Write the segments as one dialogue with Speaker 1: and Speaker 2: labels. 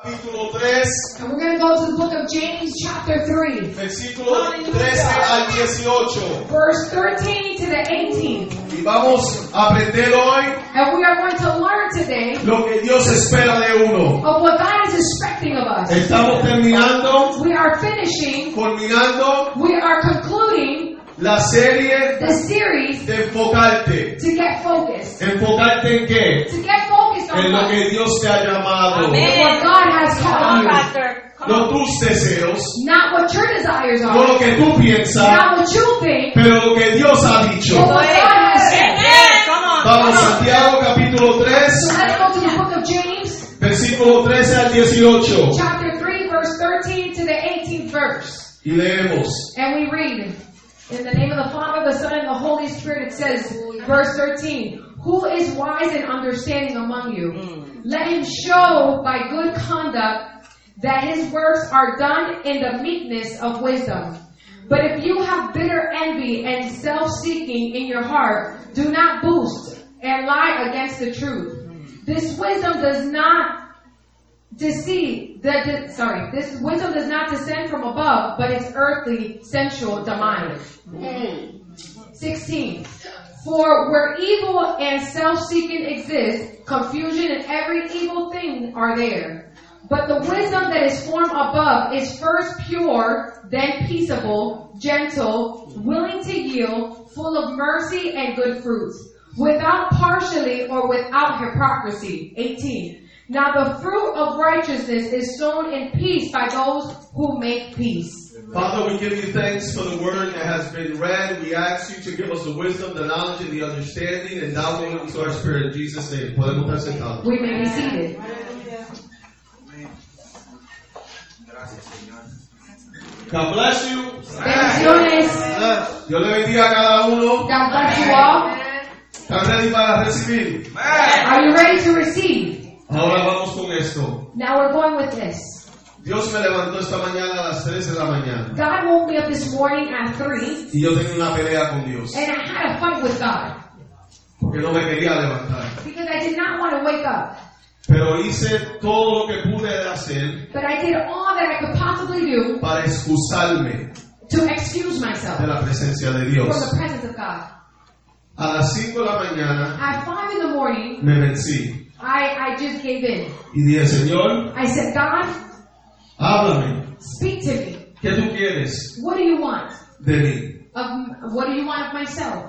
Speaker 1: capítulo 3,
Speaker 2: And we're going to go to the book of James, chapter 3,
Speaker 1: versículo 13 al 18.
Speaker 2: verse 13 to the 18.
Speaker 1: Y vamos a aprender hoy
Speaker 2: And we are going to learn today
Speaker 1: lo que Dios espera de uno.
Speaker 2: of what God is expecting of us.
Speaker 1: Estamos terminando,
Speaker 2: We are finishing,
Speaker 1: culminando
Speaker 2: we are concluding
Speaker 1: la serie
Speaker 2: the series
Speaker 1: de enfocarte.
Speaker 2: to get focused.
Speaker 1: ¿Enfocarte en qué?
Speaker 2: To get focused on
Speaker 1: En lo
Speaker 2: what
Speaker 1: que Dios te ha llamado.
Speaker 3: Amén.
Speaker 2: what God has called
Speaker 3: Come on,
Speaker 2: you.
Speaker 3: Pastor. Come
Speaker 1: No
Speaker 3: on.
Speaker 1: tus deseos,
Speaker 2: Not what your desires
Speaker 1: no
Speaker 2: are,
Speaker 1: lo que tú piensas,
Speaker 2: not what you think,
Speaker 1: pero lo que Dios ha dicho.
Speaker 2: but what God has said.
Speaker 3: Amen. Come on.
Speaker 1: Vamos a Santiago capítulo 3,
Speaker 2: So let's go to the book of James,
Speaker 1: versículo 13 al 18.
Speaker 2: chapter 3, verse 13 to the 18th verse.
Speaker 1: Y leemos.
Speaker 2: And we read, in the name of the Father, the Son, and the Holy Spirit, it says, verse 13, Who is wise and understanding among you? Let him show by good conduct that his works are done in the meekness of wisdom. But if you have bitter envy and self seeking in your heart, do not boast and lie against the truth. This wisdom does not deceive that that- sorry this wisdom does not descend from above but is earthly sensual demonic 16 for where evil and self-seeking exist confusion and every evil thing are there but the wisdom that is formed above is first pure then peaceable gentle willing to yield full of mercy and good fruits without partially or without hypocrisy 18 now the fruit of righteousness is sown in peace by those who make peace.
Speaker 1: Father, we give you thanks for the word that has been read. We ask you to give us the wisdom, the knowledge, and the understanding, and download it into our spirit in Jesus' name. Podemos estar sentados.
Speaker 2: We may be seated.
Speaker 1: God bless you.
Speaker 2: Bendiciones.
Speaker 1: Dios le bendiga a cada uno.
Speaker 2: God bless you all.
Speaker 1: ¿Están ready para recibir?
Speaker 2: Are you ready to receive?
Speaker 1: Ahora vamos con esto.
Speaker 2: Now we're going with this.
Speaker 1: Dios me levantó esta mañana a las 3 de la mañana.
Speaker 2: God woke me up this morning at 3
Speaker 1: Y yo tenía una pelea con Dios.
Speaker 2: and I had a fight with God
Speaker 1: Porque no me quería levantar.
Speaker 2: because I did not want to wake up.
Speaker 1: Pero hice todo lo que pude hacer
Speaker 2: But I did all that I could possibly do
Speaker 1: para excusarme
Speaker 2: to excuse myself
Speaker 1: de la presencia de
Speaker 2: from
Speaker 1: Dios.
Speaker 2: the presence of God.
Speaker 1: A las 5 de la mañana
Speaker 2: At 5 in the morning,
Speaker 1: me vencí
Speaker 2: I, I just gave in.
Speaker 1: y dije, Señor,
Speaker 2: I said, God,
Speaker 1: háblame.
Speaker 2: speak to me.
Speaker 1: ¿Qué tú quieres
Speaker 2: What do you want
Speaker 1: de mí?
Speaker 2: of what do you want of myself?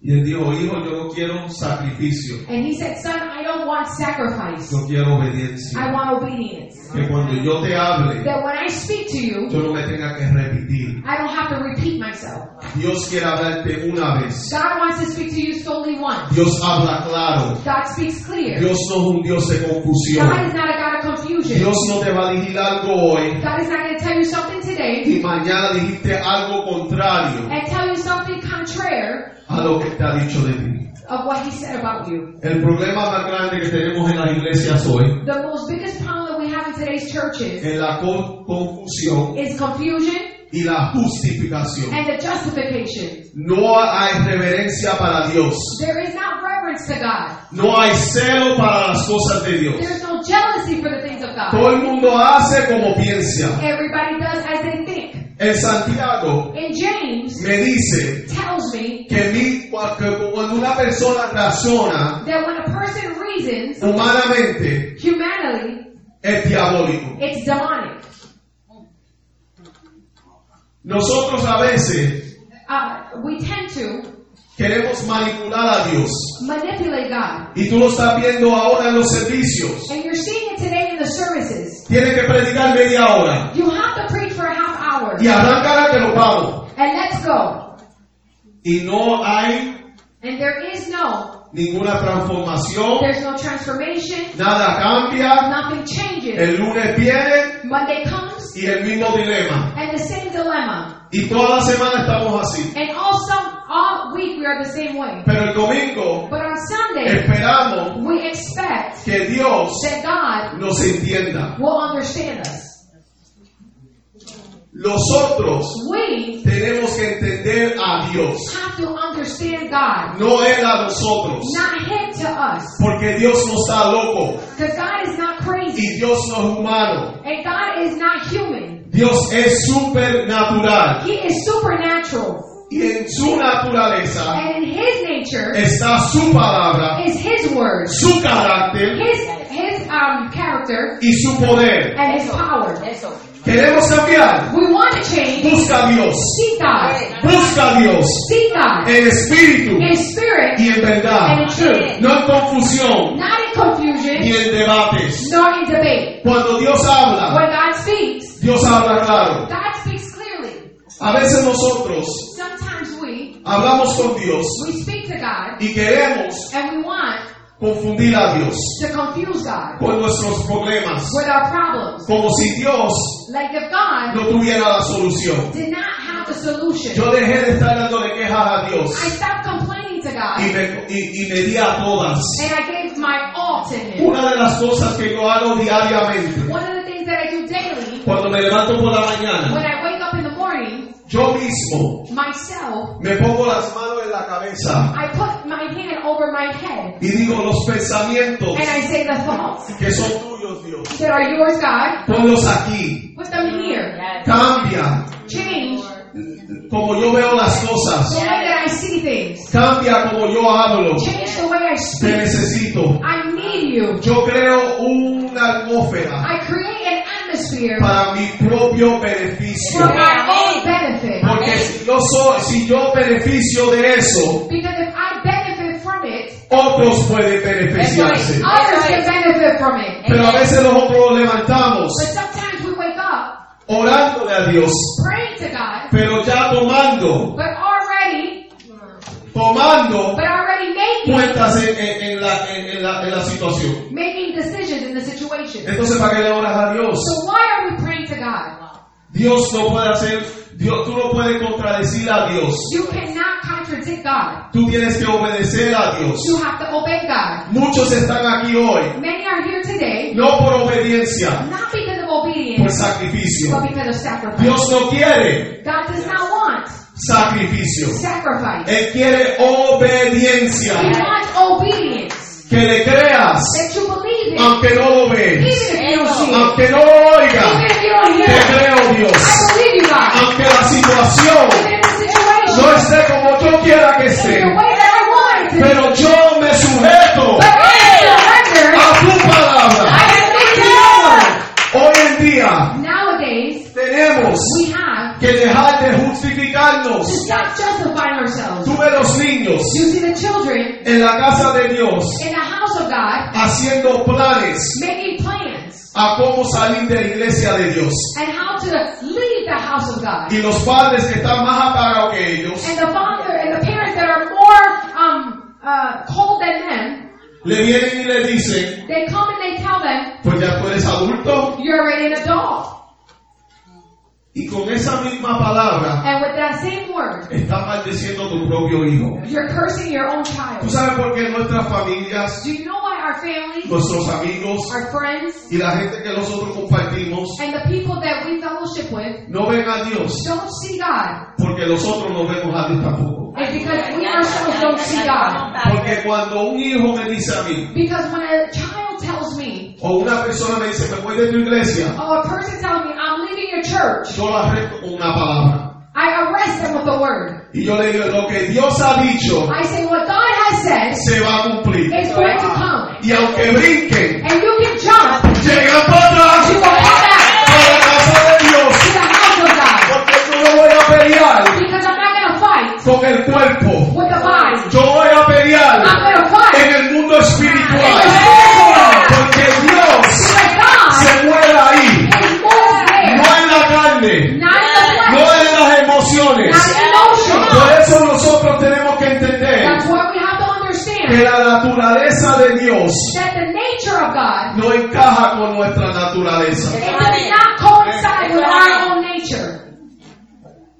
Speaker 1: Y él dijo, hijo, yo no quiero sacrificio,
Speaker 2: And he said, Son, I don't want sacrifice.
Speaker 1: yo quiero
Speaker 2: I
Speaker 1: obediencia.
Speaker 2: want obedience.
Speaker 1: Que cuando yo te hable,
Speaker 2: That when I speak to you,
Speaker 1: yo no me tenga que repetir.
Speaker 2: I don't have to repeat myself.
Speaker 1: Dios quiere hablarte una vez.
Speaker 2: God wants to speak to you solely once.
Speaker 1: Dios habla claro.
Speaker 2: God speaks clear.
Speaker 1: Dios no es un Dios de
Speaker 2: God
Speaker 1: confusión.
Speaker 2: is not a God of confusion.
Speaker 1: Dios no te va a decir algo hoy
Speaker 2: God is not going to tell you something today
Speaker 1: y mañana dijiste algo contrario
Speaker 2: and tell you something contraire
Speaker 1: a lo que te ha dicho de ti.
Speaker 2: of what he said about you.
Speaker 1: El problema más grande que tenemos en las iglesias hoy
Speaker 2: The most biggest problem that we have in today's churches
Speaker 1: es la con- confusión
Speaker 2: is confusion
Speaker 1: y la justificación.
Speaker 2: and the justification.
Speaker 1: No hay reverencia para Dios.
Speaker 2: There is not reverence to God.
Speaker 1: No hay celo para las cosas de Dios.
Speaker 2: There's no jealousy for the things of God.
Speaker 1: Todo el mundo hace como piensa.
Speaker 2: Everybody does as they think.
Speaker 1: En Santiago
Speaker 2: And James
Speaker 1: me dice
Speaker 2: tells me
Speaker 1: que, mi- que cuando una persona razona
Speaker 2: that when a person reasons
Speaker 1: humanamente
Speaker 2: humanly,
Speaker 1: es diabólico.
Speaker 2: it's demonic.
Speaker 1: Nosotros a veces
Speaker 2: Uh, we tend to
Speaker 1: queremos manipular a Dios.
Speaker 2: manipulate God.
Speaker 1: Y tú lo estás viendo ahora en los servicios.
Speaker 2: And you're seeing it today in the services.
Speaker 1: Tiene que predicar media hora.
Speaker 2: You have to preach for a half hour
Speaker 1: Y arrancará que lo vamos.
Speaker 2: and let's go.
Speaker 1: Y no hay
Speaker 2: And there is no,
Speaker 1: ninguna transformación.
Speaker 2: there's no transformation.
Speaker 1: Nada cambia.
Speaker 2: Nothing changes.
Speaker 1: El lunes viene
Speaker 2: Monday comes
Speaker 1: y el mismo dilema.
Speaker 2: and the same dilemma.
Speaker 1: Y toda la semana estamos así.
Speaker 2: And all some, all week we are the same way.
Speaker 1: Pero el domingo
Speaker 2: But on Sunday,
Speaker 1: esperamos
Speaker 2: we expect
Speaker 1: que Dios
Speaker 2: that God
Speaker 1: nos entienda.
Speaker 2: will understand us.
Speaker 1: Nosotros
Speaker 2: We
Speaker 1: tenemos que entender a Dios,
Speaker 2: have to understand God,
Speaker 1: no Él a nosotros.
Speaker 2: not Him to us.
Speaker 1: Porque Dios no está loco
Speaker 2: Because God is not crazy,
Speaker 1: y Dios no es humano.
Speaker 2: and God is not human.
Speaker 1: Dios es supernatural
Speaker 2: He is supernatural,
Speaker 1: y en su naturaleza
Speaker 2: and in His nature
Speaker 1: está su palabra,
Speaker 2: is His word,
Speaker 1: su carácter
Speaker 2: His His um character,
Speaker 1: y su poder.
Speaker 2: and His power.
Speaker 3: Eso.
Speaker 1: Queremos cambiar.
Speaker 2: We want to change.
Speaker 1: Busca a Dios.
Speaker 2: Seek God.
Speaker 3: Amén.
Speaker 1: Busca a Dios
Speaker 2: Seek God
Speaker 1: en espíritu
Speaker 2: in spirit
Speaker 1: y en verdad.
Speaker 2: and in truth,
Speaker 1: No en confusión
Speaker 2: not in confusion
Speaker 1: ni en debates.
Speaker 2: nor in debate.
Speaker 1: Cuando Dios habla,
Speaker 2: When God speaks,
Speaker 1: Dios habla claro.
Speaker 2: God speaks clearly.
Speaker 1: A veces nosotros
Speaker 2: Sometimes we
Speaker 1: hablamos con Dios
Speaker 2: we speak to God
Speaker 1: y queremos
Speaker 2: and we want
Speaker 1: confundir a Dios
Speaker 2: to confuse God
Speaker 1: con nuestros problemas,
Speaker 2: with our problems.
Speaker 1: como si Dios
Speaker 2: Like if God
Speaker 1: no tuviera la solución.
Speaker 2: did not have the solution,
Speaker 1: Yo dejé de estar dándole quejas a Dios
Speaker 2: I stopped complaining to
Speaker 1: y
Speaker 2: God
Speaker 1: me, y- y me di a todas.
Speaker 2: and I gave my all to Him.
Speaker 1: Una de las cosas que yo hago diariamente,
Speaker 2: One of the things that I do daily
Speaker 1: cuando me levanto por la mañana,
Speaker 2: when I wake up in the morning,
Speaker 1: yo mismo
Speaker 2: myself,
Speaker 1: me pongo las manos en la cabeza
Speaker 2: I put my hand over my head
Speaker 1: y digo los pensamientos
Speaker 2: and I say the thoughts
Speaker 1: que son tuyos, Dios.
Speaker 2: that are yours, God,
Speaker 1: Ponlos aquí.
Speaker 2: put them here.
Speaker 3: Yes.
Speaker 1: Cambia
Speaker 2: Change
Speaker 1: como yo veo las cosas.
Speaker 2: the way that I see things.
Speaker 1: Cambia como yo hablo.
Speaker 2: Change the way I
Speaker 1: Te
Speaker 2: speak.
Speaker 1: necesito.
Speaker 2: I need you.
Speaker 1: Yo creo una atmósfera
Speaker 2: I create an atmosphere
Speaker 1: para mi propio
Speaker 2: for
Speaker 1: beneficio.
Speaker 2: my own benefit.
Speaker 1: Porque si yo, soy, si yo beneficio de eso,
Speaker 2: Because if I benefit from it,
Speaker 1: otros pueden beneficiarse.
Speaker 2: others can benefit from it.
Speaker 1: Pero a veces nosotros nos levantamos
Speaker 2: But sometimes we wake up
Speaker 1: orándole a Dios,
Speaker 2: praying to God,
Speaker 1: pero ya tomando,
Speaker 2: but already,
Speaker 1: tomando
Speaker 2: but already making,
Speaker 1: cuentas en, en- en la, en- en la- en la situación.
Speaker 2: making decisions in the situation.
Speaker 1: Entonces, ¿para qué le oras a Dios?
Speaker 2: So why are we praying to God?
Speaker 1: Dios no puede hacer, Dios, tú no puedes contradecir a Dios.
Speaker 2: You cannot contradict God.
Speaker 1: Tú tienes que obedecer a Dios.
Speaker 2: You have to obey God.
Speaker 1: Muchos están aquí hoy,
Speaker 2: Many are here today,
Speaker 1: no por obediencia,
Speaker 2: not because of
Speaker 1: por
Speaker 2: obedience,
Speaker 1: sacrificio.
Speaker 2: but because of sacrifice.
Speaker 1: Dios no quiere
Speaker 2: God does not want
Speaker 1: sacrificio.
Speaker 2: sacrifice.
Speaker 1: Él quiere obediencia.
Speaker 2: He wants obedience.
Speaker 1: Que le creas,
Speaker 2: That you believe Him,
Speaker 1: aunque no lo
Speaker 2: even
Speaker 1: veas,
Speaker 2: if you don't see it.
Speaker 1: aunque no lo
Speaker 2: Even
Speaker 1: oigas.
Speaker 2: if you don't
Speaker 1: Te
Speaker 2: hear it.
Speaker 1: creo, Dios.
Speaker 2: I believe you, God.
Speaker 1: Aunque la situación
Speaker 2: Even in the
Speaker 1: no
Speaker 2: situation,
Speaker 1: esté como yo quiera que
Speaker 2: in
Speaker 1: esté,
Speaker 2: the way that I want it to be.
Speaker 1: pero yo me sujeto
Speaker 2: But I surrender.
Speaker 1: a tu palabra.
Speaker 2: I submit to your
Speaker 1: Hoy en día
Speaker 2: word. Nowadays,
Speaker 1: tenemos
Speaker 2: we have
Speaker 1: que dejar de
Speaker 2: to
Speaker 1: justificarnos.
Speaker 2: stop justifying ourselves.
Speaker 1: Tú ves los niños
Speaker 2: You see the children
Speaker 1: en la casa de Dios
Speaker 2: in the house of God
Speaker 1: haciendo planes
Speaker 2: making plans
Speaker 1: a cómo salir de la iglesia de Dios.
Speaker 2: and how to leave the house of God.
Speaker 1: Y los padres que están más apagados que ellos
Speaker 2: And the father and the parents that are more um, uh, cold than them,
Speaker 1: le vienen y le dicen,
Speaker 2: they come and they tell them,
Speaker 1: pues ya tú eres adulto.
Speaker 2: You're already an adult.
Speaker 1: Y con esa misma palabra
Speaker 2: And with that same word,
Speaker 1: estás maldiciendo tu propio hijo.
Speaker 2: you're cursing your own
Speaker 1: ¿Tú
Speaker 2: child.
Speaker 1: sabes por qué nuestras familias,
Speaker 2: Do you know why our families,
Speaker 1: nuestros amigos
Speaker 2: our friends,
Speaker 1: y la gente que nosotros compartimos
Speaker 2: and the people that we fellowship with
Speaker 1: no ven a Dios?
Speaker 2: don't see God?
Speaker 1: Porque nosotros no vemos a Dios tampoco.
Speaker 2: It's because we ourselves don't see God.
Speaker 1: Porque cuando un hijo me dice a mí,
Speaker 2: Because when a child tells me,
Speaker 1: o una persona me dice, me voy de tu iglesia,
Speaker 2: or a person tells me, I'm leaving your church,
Speaker 1: yo la arresto con una palabra.
Speaker 2: I arrest them with the word.
Speaker 1: Y yo le digo, lo que Dios ha dicho
Speaker 2: I say, what God has said
Speaker 1: se va a cumplir.
Speaker 2: is going to come.
Speaker 1: Y aunque brinquen,
Speaker 2: And you can jump
Speaker 1: llega para atrás
Speaker 2: to the back
Speaker 1: para la casa de Dios.
Speaker 2: to the house of God.
Speaker 1: Porque yo no voy a pelear
Speaker 2: Because I'm not going to fight
Speaker 1: con el cuerpo.
Speaker 2: with the body.
Speaker 1: Yo voy a pelear
Speaker 2: I'm going to fight
Speaker 1: en el mundo espiritual. Porque Dios
Speaker 2: with God.
Speaker 1: se mueve ahí.
Speaker 2: It moves
Speaker 1: No
Speaker 2: there.
Speaker 1: en la carne,
Speaker 2: Not in the flesh.
Speaker 1: no en las emociones.
Speaker 2: Not in
Speaker 1: Por
Speaker 2: emotion.
Speaker 1: eso nosotros tenemos que entender
Speaker 2: That's why we have to
Speaker 1: que
Speaker 2: understand
Speaker 1: la naturaleza de Dios
Speaker 2: that the nature of God
Speaker 1: no encaja con nuestra naturaleza.
Speaker 2: it does not coincide with our own nature.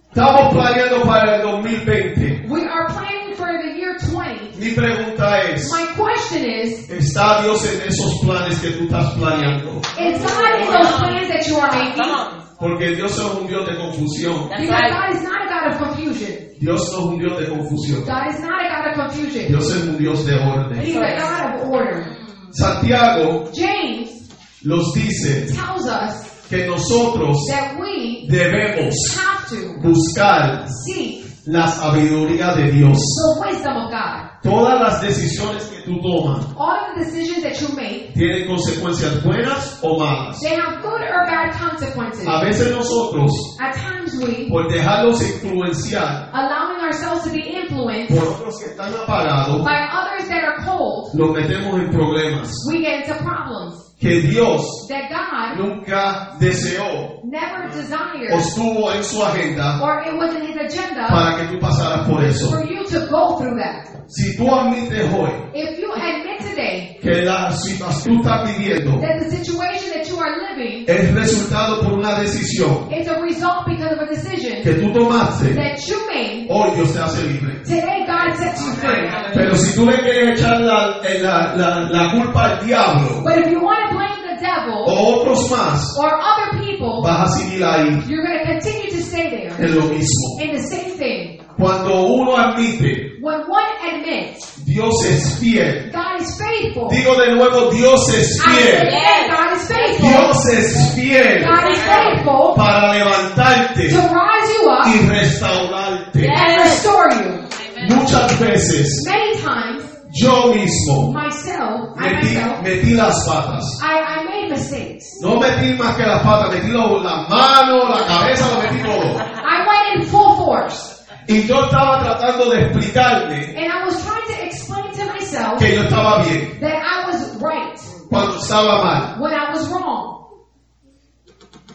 Speaker 1: Estamos planeando para el 2020.
Speaker 2: We are planning for the year 20.
Speaker 1: Mi pregunta es,
Speaker 2: My question is,
Speaker 1: ¿está Dios en esos planes que tú estás planeando?
Speaker 2: It's God in those plans that you are
Speaker 3: Come
Speaker 2: making.
Speaker 3: on.
Speaker 1: Porque Dios no es un Dios de confusión.
Speaker 2: Because
Speaker 3: That's right.
Speaker 2: God is not a God of confusion.
Speaker 1: Dios no es un Dios de confusión.
Speaker 2: God is not a God of confusion.
Speaker 1: Dios es un Dios de orden.
Speaker 2: He's a God of order.
Speaker 1: Santiago
Speaker 2: James
Speaker 1: los dice
Speaker 2: tells us
Speaker 1: que nosotros
Speaker 2: that we
Speaker 1: debemos
Speaker 2: have to
Speaker 1: buscar
Speaker 2: seek
Speaker 1: la sabiduría de Dios.
Speaker 2: the wisdom of God.
Speaker 1: Todas las decisiones que tú tomas
Speaker 2: All of the decisions that you make,
Speaker 1: tienen consecuencias buenas o malas.
Speaker 2: they have good or bad consequences.
Speaker 1: A veces nosotros,
Speaker 2: At times we,
Speaker 1: por dejarlos influenciar
Speaker 2: allowing ourselves to be influenced
Speaker 1: por otros que están apagados,
Speaker 2: by others that are cold,
Speaker 1: los metemos en problemas.
Speaker 2: we get into problems
Speaker 1: Que Dios
Speaker 2: that God
Speaker 1: nunca deseó
Speaker 2: never desired
Speaker 1: o estuvo en su agenda
Speaker 2: or it was in his agenda
Speaker 1: para que tú pasaras por eso.
Speaker 2: for you to go through that.
Speaker 1: Si tú admites hoy
Speaker 2: If you admit today
Speaker 1: que la situación tú estás viviendo
Speaker 2: that the situation that you are living
Speaker 1: es resultado por una decisión
Speaker 2: is a result because of a decision
Speaker 1: que tú tomaste,
Speaker 2: that you made,
Speaker 1: hoy Dios te hace libre.
Speaker 2: today God sets you free.
Speaker 1: Pero si tú le quieres echar la, eh, la- la- la culpa al diablo
Speaker 2: But if you want to blame the devil
Speaker 1: o otros más,
Speaker 2: or other people,
Speaker 1: vas a seguir ahí
Speaker 2: you're going to continue to stay there
Speaker 1: en lo mismo.
Speaker 2: in the same thing.
Speaker 1: Cuando uno admite,
Speaker 2: When one admits
Speaker 1: Dios es fiel.
Speaker 2: God is faithful,
Speaker 1: Digo de nuevo, Dios es
Speaker 2: I say
Speaker 1: fiel.
Speaker 2: again, God is faithful.
Speaker 1: Dios es fiel
Speaker 2: God is faithful
Speaker 1: para levantarte
Speaker 2: to rise you up
Speaker 1: y restaurarte.
Speaker 2: and restore you.
Speaker 1: Muchas veces
Speaker 2: Many times,
Speaker 1: yo mismo
Speaker 2: myself, I
Speaker 1: metí,
Speaker 2: myself,
Speaker 1: metí las patas.
Speaker 2: I, I made mistakes.
Speaker 1: No metí más que las patas, metí lo- las manos, la cabeza, lo metí todo.
Speaker 2: I went in full force,
Speaker 1: Y yo estaba tratando de explicarme
Speaker 2: and I was trying to explain to myself
Speaker 1: que yo estaba bien
Speaker 2: that I was right
Speaker 1: cuando estaba mal.
Speaker 2: when I was wrong.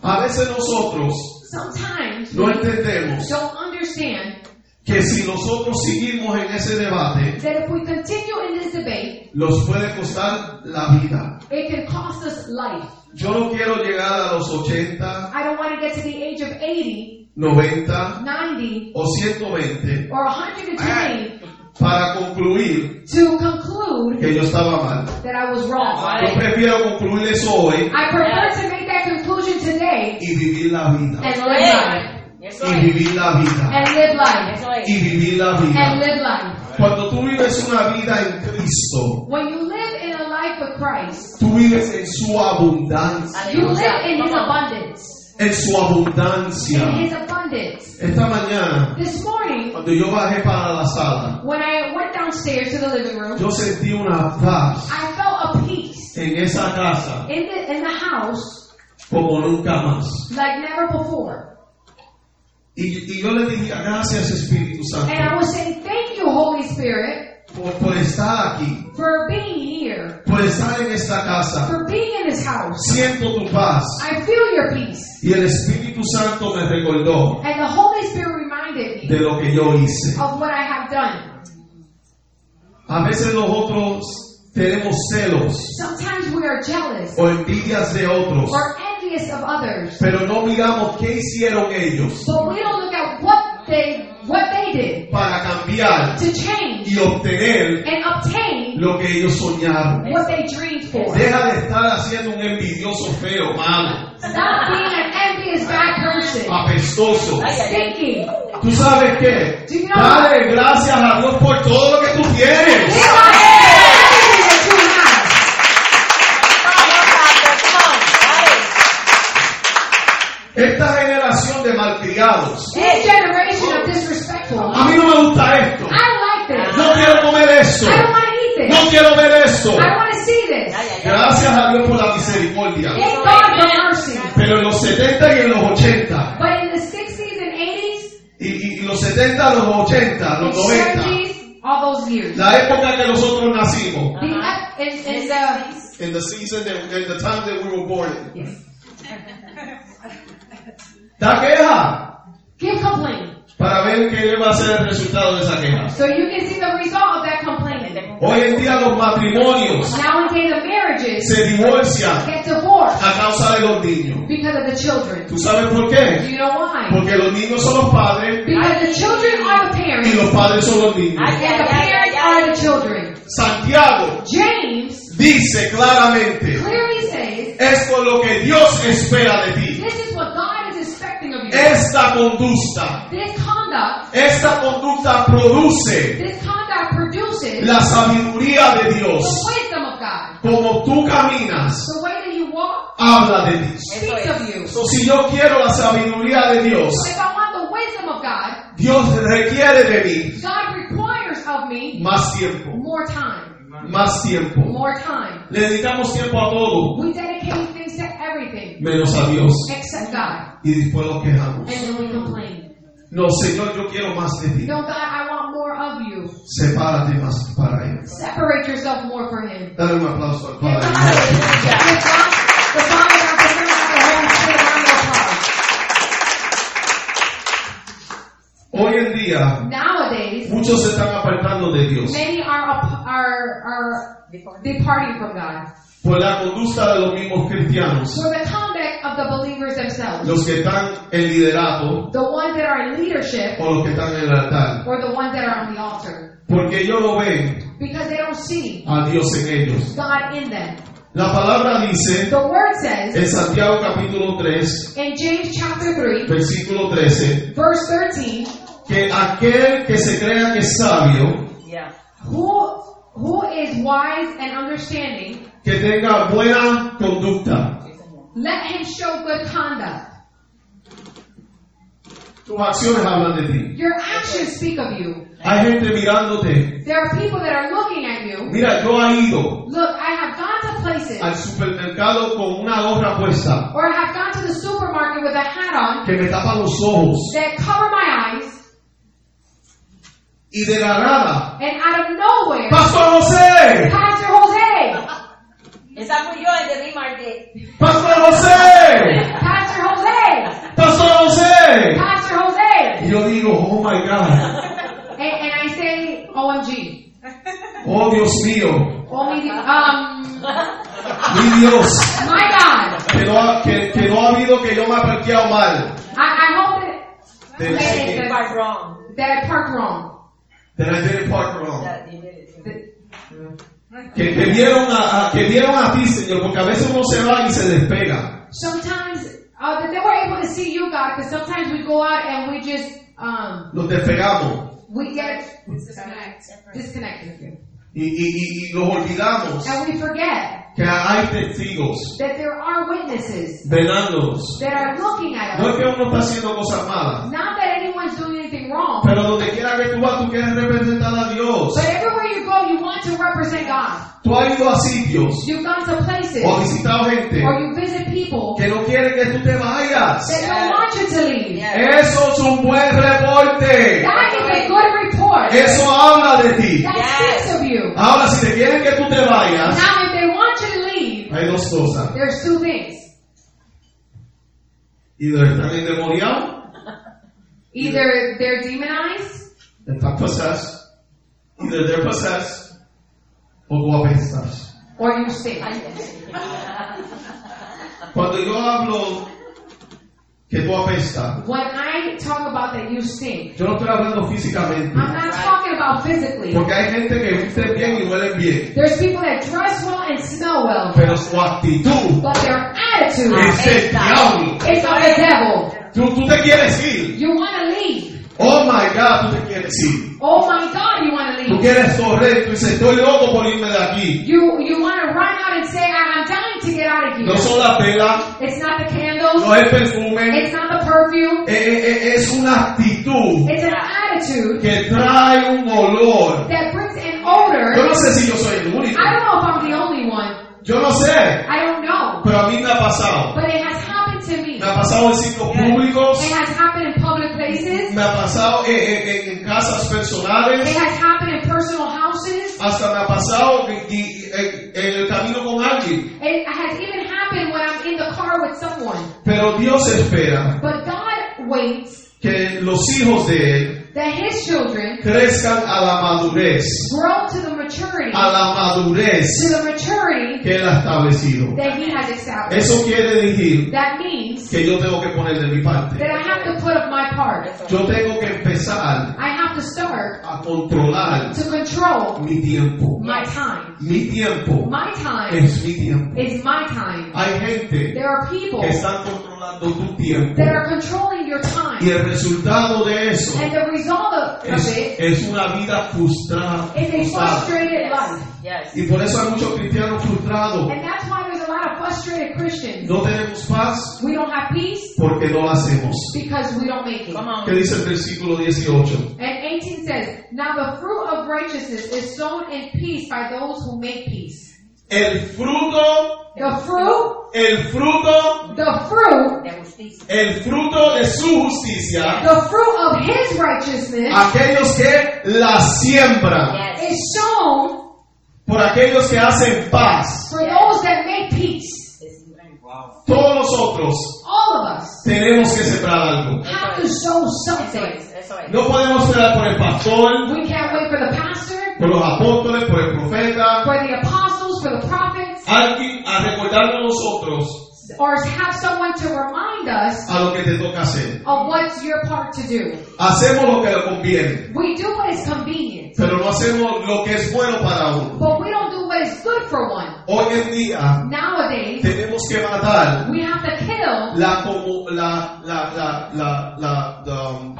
Speaker 1: A veces nosotros
Speaker 2: Sometimes
Speaker 1: no entendemos
Speaker 2: don't understand
Speaker 1: que si nosotros seguimos en ese debate,
Speaker 2: that if we continue in this debate,
Speaker 1: nos puede costar la vida.
Speaker 2: it can cost us life.
Speaker 1: Yo no quiero llegar a los 80,
Speaker 2: I don't want to get to the age of 80,
Speaker 1: 90
Speaker 2: 90,
Speaker 1: o 120
Speaker 2: or 120
Speaker 1: para concluir
Speaker 2: to conclude
Speaker 1: que yo estaba mal.
Speaker 2: that I was wrong.
Speaker 1: Yo prefiero concluir eso hoy
Speaker 2: I prefer to make that conclusion today
Speaker 1: y vivir la vida.
Speaker 2: and live life.
Speaker 1: Y vivir la vida.
Speaker 2: And live life.
Speaker 1: Y vivir la
Speaker 2: And
Speaker 1: vida.
Speaker 2: live life.
Speaker 1: Cuando tú vives una vida en Cristo,
Speaker 2: When you live in a life with Christ,
Speaker 1: tú vives en su abundancia.
Speaker 2: You live in His abundance.
Speaker 1: En su
Speaker 2: In
Speaker 1: abundancia.
Speaker 2: His abundance.
Speaker 1: Esta mañana,
Speaker 2: This morning,
Speaker 1: cuando yo bajé para la sala,
Speaker 2: when I went downstairs to the living room,
Speaker 1: yo sentí una paz
Speaker 2: I felt a peace
Speaker 1: en esa casa
Speaker 2: in the in the house
Speaker 1: como nunca más.
Speaker 2: like never before.
Speaker 1: Y, y yo le dije, gracias Espíritu
Speaker 2: And I
Speaker 1: Santo
Speaker 2: was saying, "Thank you, Holy Spirit,
Speaker 1: por, por estar aquí,
Speaker 2: for being here,
Speaker 1: por estar en esta casa.
Speaker 2: for being in His house.
Speaker 1: Siento tu paz.
Speaker 2: I feel Your peace."
Speaker 1: Y el Espíritu Santo me recordó
Speaker 2: And the Holy Spirit reminded me
Speaker 1: de lo que yo hice.
Speaker 2: of what I have done.
Speaker 1: A veces nosotros tenemos celos
Speaker 2: Sometimes we are jealous
Speaker 1: o envidias de otros,
Speaker 2: or envious of others,
Speaker 1: pero no miramos qué hicieron ellos
Speaker 2: but we don't look at what they what they did
Speaker 1: para cambiar
Speaker 2: to change.
Speaker 1: y obtener
Speaker 2: and obtain
Speaker 1: lo que ellos soñaron.
Speaker 2: what they dreamed for.
Speaker 1: Deja de estar haciendo un envidioso feo, malo,
Speaker 2: Stop being an envious bad person.
Speaker 1: apestoso.
Speaker 2: Thinking,
Speaker 1: ¿Tú sabes qué?
Speaker 2: Sí, no.
Speaker 1: Dale gracias a Dios por todo lo que tú
Speaker 2: "Give
Speaker 1: tienes.
Speaker 2: God everything that you have."
Speaker 1: Esta generación de malcriados.
Speaker 2: This generation of disrespectful.
Speaker 1: A mí no me gusta esto.
Speaker 2: I like this.
Speaker 1: No quiero comer esto.
Speaker 2: I don't want to eat
Speaker 1: No
Speaker 2: this.
Speaker 1: quiero ver esto.
Speaker 2: I want to see this.
Speaker 1: Gracias a Dios por la misericordia.
Speaker 2: Thank God for mercy.
Speaker 1: Pero en los 70 y en los 80,
Speaker 2: But in the 60s and 80s,
Speaker 1: y, y- y los 70, a los 80,
Speaker 2: and
Speaker 1: los 90,
Speaker 2: 70s, all those years,
Speaker 1: la época que nosotros nacimos,
Speaker 2: the ep- in, in the
Speaker 1: in the season that- in the time that we were born in. Da queja
Speaker 2: give complaint,
Speaker 1: para ver qué va a ser el resultado de esa queja.
Speaker 2: so you can see the result of that complaining.
Speaker 1: Hoy en día los matrimonios
Speaker 2: Nowadays, the marriages
Speaker 1: se divorcian
Speaker 2: get divorced
Speaker 1: a causa de los niños.
Speaker 2: because of the children.
Speaker 1: ¿Tú sabes por qué?
Speaker 2: Do you know why?
Speaker 1: Porque los niños son los padres
Speaker 2: Because the children are the
Speaker 1: y
Speaker 2: parents,
Speaker 1: los padres son los niños.
Speaker 2: and the parents are the children.
Speaker 1: Santiago
Speaker 2: James
Speaker 1: dice claramente,
Speaker 2: clearly says,
Speaker 1: es por lo que Dios espera de ti.
Speaker 2: this is what God is
Speaker 1: Esta conducta,
Speaker 2: This conduct,
Speaker 1: esta conducta produce
Speaker 2: this conduct produces
Speaker 1: la sabiduría de
Speaker 2: the
Speaker 1: Dios.
Speaker 2: wisdom of God.
Speaker 1: Como tú caminas,
Speaker 2: The way that you walk
Speaker 1: habla de ti.
Speaker 3: Eso
Speaker 2: speaks
Speaker 3: es.
Speaker 2: of you.
Speaker 1: So, si yo quiero la sabiduría de Dios,
Speaker 2: If I want the wisdom of God,
Speaker 1: Dios requiere de
Speaker 2: God requires of
Speaker 1: mí
Speaker 2: me
Speaker 1: más tiempo,
Speaker 2: more time.
Speaker 1: más tiempo.
Speaker 2: More time.
Speaker 1: Le dedicamos tiempo a todo,
Speaker 2: We dedicate things to everything
Speaker 1: menos a Dios.
Speaker 2: except God.
Speaker 1: Y después nos quejamos.
Speaker 2: And then we complain.
Speaker 1: No, Señor, yo quiero más de ti.
Speaker 2: No, God, I want more of you.
Speaker 1: Sepárate más para Él.
Speaker 2: Separate yourself more for Him.
Speaker 1: Dale un aplauso al
Speaker 2: Give God,
Speaker 1: Padre.
Speaker 2: give God the Father, God, the Son, God, the Holy Spirit, God, the Father.
Speaker 1: Hoy en día,
Speaker 2: Nowadays,
Speaker 1: muchos se están apartando de Dios
Speaker 2: Many are up- are are departing from God
Speaker 1: por la conducta de los mismos cristianos,
Speaker 2: for the conduct of the believers themselves,
Speaker 1: los que están en liderato
Speaker 2: the ones that are in leadership
Speaker 1: o los que están en el altar,
Speaker 2: or the ones that are on the altar,
Speaker 1: porque ellos no ven
Speaker 2: because they don't see
Speaker 1: a Dios en ellos.
Speaker 2: God in them.
Speaker 1: La palabra dice
Speaker 2: The Word says
Speaker 1: en Santiago capítulo 3,
Speaker 2: in James chapter three,
Speaker 1: versículo 13,
Speaker 2: verse thirteen,
Speaker 1: que aquel que se crea que es sabio,
Speaker 3: Yeah.
Speaker 2: who who is wise and understanding,
Speaker 1: que tenga buena conducta,
Speaker 2: let him show good conduct.
Speaker 1: tus acciones hablan de ti.
Speaker 2: Your actions speak of you.
Speaker 1: Hay gente mirándote.
Speaker 2: There are people that are looking at you.
Speaker 1: Mira, yo he ido
Speaker 2: Look, I have gone to places.
Speaker 1: al supermercado con una gorra puesta
Speaker 2: or I have gone to the supermarket with a hat on
Speaker 1: que me tapa los ojos
Speaker 2: that cover my eyes,
Speaker 1: y de la nada.
Speaker 2: and out of nowhere,
Speaker 1: Pastor José,
Speaker 2: Pastor Jose,
Speaker 3: Esa fui yo, el de Remarket.
Speaker 1: Pastor José,
Speaker 2: Pastor Jose,
Speaker 1: Pastor José.
Speaker 2: Pastor Jose,
Speaker 1: Y yo digo, oh my God,
Speaker 2: and, and I say, OMG,
Speaker 1: oh Dios mío,
Speaker 2: only the, um,
Speaker 1: mi Dios,
Speaker 2: my God,
Speaker 1: que no ha, que, que no ha habido que yo me he parqueado mal.
Speaker 2: I, I hope that
Speaker 1: Then I didn't-
Speaker 3: Am I wrong?
Speaker 2: that I parked wrong.
Speaker 1: then I didn't park wrong.
Speaker 3: That you did it.
Speaker 2: That-
Speaker 1: Que, que vieron a, a- que vieron a ti, Señor, porque a veces uno se va y se despega.
Speaker 2: Sometimes uh, that they were able to see you, God, because sometimes we go out and we just um,
Speaker 1: Nos despegamos
Speaker 2: we get disconnected with you,
Speaker 1: y, y, y- y nos olvidamos
Speaker 2: and we forget
Speaker 1: que hay testigos
Speaker 2: that there are witnesses.
Speaker 1: velándonos.
Speaker 2: that are looking at
Speaker 1: No es
Speaker 2: us.
Speaker 1: que uno está haciendo cosas malas,
Speaker 2: Not that anyone's doing anything wrong,
Speaker 1: pero donde quiera que tú vas, tú quieres representar a Dios.
Speaker 2: but everywhere you go, you want to represent God.
Speaker 1: Tú has ido a sitios
Speaker 2: You've gone to places
Speaker 1: o has visitado gente
Speaker 2: or you visit people
Speaker 1: que no quieren que tú te vayas.
Speaker 2: that don't want you to leave.
Speaker 3: Yeah.
Speaker 1: Eso es un buen reporte.
Speaker 2: That is a good report.
Speaker 1: Eso habla de ti.
Speaker 2: That speaks of you.
Speaker 1: Ahora, si te quieren que tú te vayas,
Speaker 2: Now, if they want you to leave,
Speaker 1: hay dos cosas.
Speaker 2: there's two things.
Speaker 1: Either están endemoniados,
Speaker 2: Either they're demonized,
Speaker 1: están possessed, either they're possessed, o pues tú apestas.
Speaker 2: or you stay.
Speaker 1: Cuando yo hablo que tú apestas,
Speaker 2: When I talk about that you stink,
Speaker 1: yo no estoy hablando físicamente,
Speaker 2: I'm not talking about physically.
Speaker 1: porque hay gente que viste bien y huelen bien,
Speaker 2: There's people that dress well and smell well,
Speaker 1: pero su actitud
Speaker 2: but their attitude
Speaker 1: es el diablo.
Speaker 2: is of the devil.
Speaker 1: Tú, tú te quieres ir.
Speaker 2: You want to leave.
Speaker 1: Oh my God, tú te quieres ir.
Speaker 2: Oh my God, you want to
Speaker 1: Tú
Speaker 2: leave.
Speaker 1: quieres correr, tú dices, estoy loco por irme de aquí.
Speaker 2: You you want to run out and say, "I- I'm dying to get out of
Speaker 1: No
Speaker 2: here.
Speaker 1: son las velas,
Speaker 2: It's not the candles.
Speaker 1: no es perfume,
Speaker 2: It's not the perfume.
Speaker 1: eh, eh, eh, es una actitud
Speaker 2: It's an attitude
Speaker 1: que trae un olor.
Speaker 2: that brings an
Speaker 1: Yo
Speaker 2: odor.
Speaker 1: no sé si yo soy el único.
Speaker 2: I don't know if I'm the only one.
Speaker 1: Yo no sé,
Speaker 2: I don't know.
Speaker 1: pero a mí me ha pasado.
Speaker 2: But it has happened to me.
Speaker 1: Me ha pasado en sitios públicos,
Speaker 2: It has happened in public places.
Speaker 1: me ha pasado en, en- en casas
Speaker 2: It
Speaker 1: personales,
Speaker 2: has happened in personal houses.
Speaker 1: hasta me ha pasado en, y- en- en el camino con alguien.
Speaker 2: It has even happened when I'm in the car with someone.
Speaker 1: Pero Dios espera
Speaker 2: But God waits
Speaker 1: que los hijos de Él
Speaker 2: that His children
Speaker 1: crezcan a la madurez,
Speaker 2: grow to the maturity
Speaker 1: a la
Speaker 2: to
Speaker 1: madurez
Speaker 2: the maturity
Speaker 1: que Él ha establecido.
Speaker 2: that he has established.
Speaker 1: Eso quiere decir
Speaker 2: That means
Speaker 1: que yo tengo que poner de mi parte.
Speaker 2: that I have to put up my part.
Speaker 1: Yo tengo que empezar
Speaker 2: I have have to start
Speaker 1: a controlar
Speaker 2: to control
Speaker 1: mi tiempo.
Speaker 2: my time.
Speaker 1: Mi tiempo
Speaker 2: My time
Speaker 1: es mi tiempo.
Speaker 2: is my time.
Speaker 1: Hay gente
Speaker 2: There are people
Speaker 1: que están controlando tu tiempo
Speaker 2: that are controlling your time.
Speaker 1: y el resultado de eso
Speaker 2: And the result of, of
Speaker 1: es,
Speaker 2: it
Speaker 1: es una vida frustrada.
Speaker 2: is a
Speaker 1: frustrada.
Speaker 2: frustrated life.
Speaker 3: Yes. Yes.
Speaker 1: Y por eso hay muchos cristianos frustrados.
Speaker 2: And that's why there's a lot of frustrated Christians.
Speaker 1: No tenemos paz
Speaker 2: We don't have peace
Speaker 1: porque no la hacemos.
Speaker 2: because we don't make it.
Speaker 3: Come
Speaker 1: ¿Qué
Speaker 3: on.
Speaker 1: dice el versículo 18?
Speaker 2: And 18 says, Now the fruit of righteousness is sown in peace by those who make peace.
Speaker 1: El fruto,
Speaker 2: The fruit,
Speaker 1: el fruto,
Speaker 2: the fruit,
Speaker 3: De justicia.
Speaker 1: el fruto de su justicia,
Speaker 2: the fruit of his righteousness
Speaker 1: aquellos que la siembran,
Speaker 3: Yes.
Speaker 2: is sown
Speaker 1: por aquellos que hacen paz.
Speaker 2: for those that make peace.
Speaker 3: Es un- Wow.
Speaker 1: Todos nosotros
Speaker 2: All of us
Speaker 1: tenemos que sembrar algo.
Speaker 2: have to sow
Speaker 3: Eso
Speaker 2: something.
Speaker 3: es, eso es.
Speaker 1: No podemos esperar por el pastor,
Speaker 2: We can't wait for the pastor,
Speaker 1: por los apóstoles, por el profeta,
Speaker 2: for the apostles, for the prophets,
Speaker 1: alguien a recordarnos nosotros
Speaker 2: or have someone to remind us
Speaker 1: a lo que te toca hacer.
Speaker 2: of what's your part to do.
Speaker 1: Hacemos lo que le conviene,
Speaker 2: We do what is convenient,
Speaker 1: pero no hacemos lo que es bueno para uno.
Speaker 2: but we don't do what is good for one.
Speaker 1: Hoy en día
Speaker 2: Nowadays,
Speaker 1: tenemos que matar
Speaker 2: we have to kill
Speaker 1: la como la la la la la the, um,